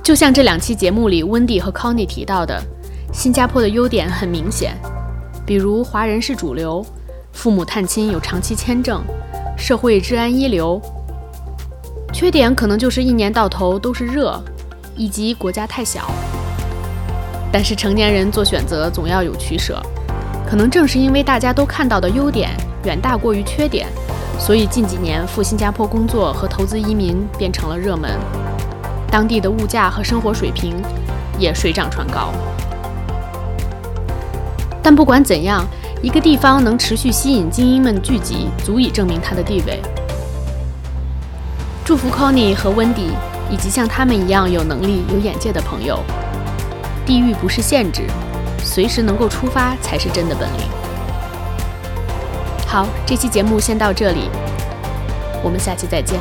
Speaker 1: 就像这两期节目里温蒂和 Connie 提到的，新加坡的优点很明显，比如华人是主流，父母探亲有长期签证，社会治安一流。缺点可能就是一年到头都是热，以及国家太小。但是成年人做选择总要有取舍，可能正是因为大家都看到的优点远大过于缺点，所以近几年赴新加坡工作和投资移民变成了热门，当地的物价和生活水平也水涨船高。但不管怎样，一个地方能持续吸引精英们聚集，足以证明它的地位。祝福 Connie 和 Wendy 以及像他们一样有能力、有眼界的朋友。地域不是限制，随时能够出发才是真的本领。好，这期节目先到这里，我们下期再见。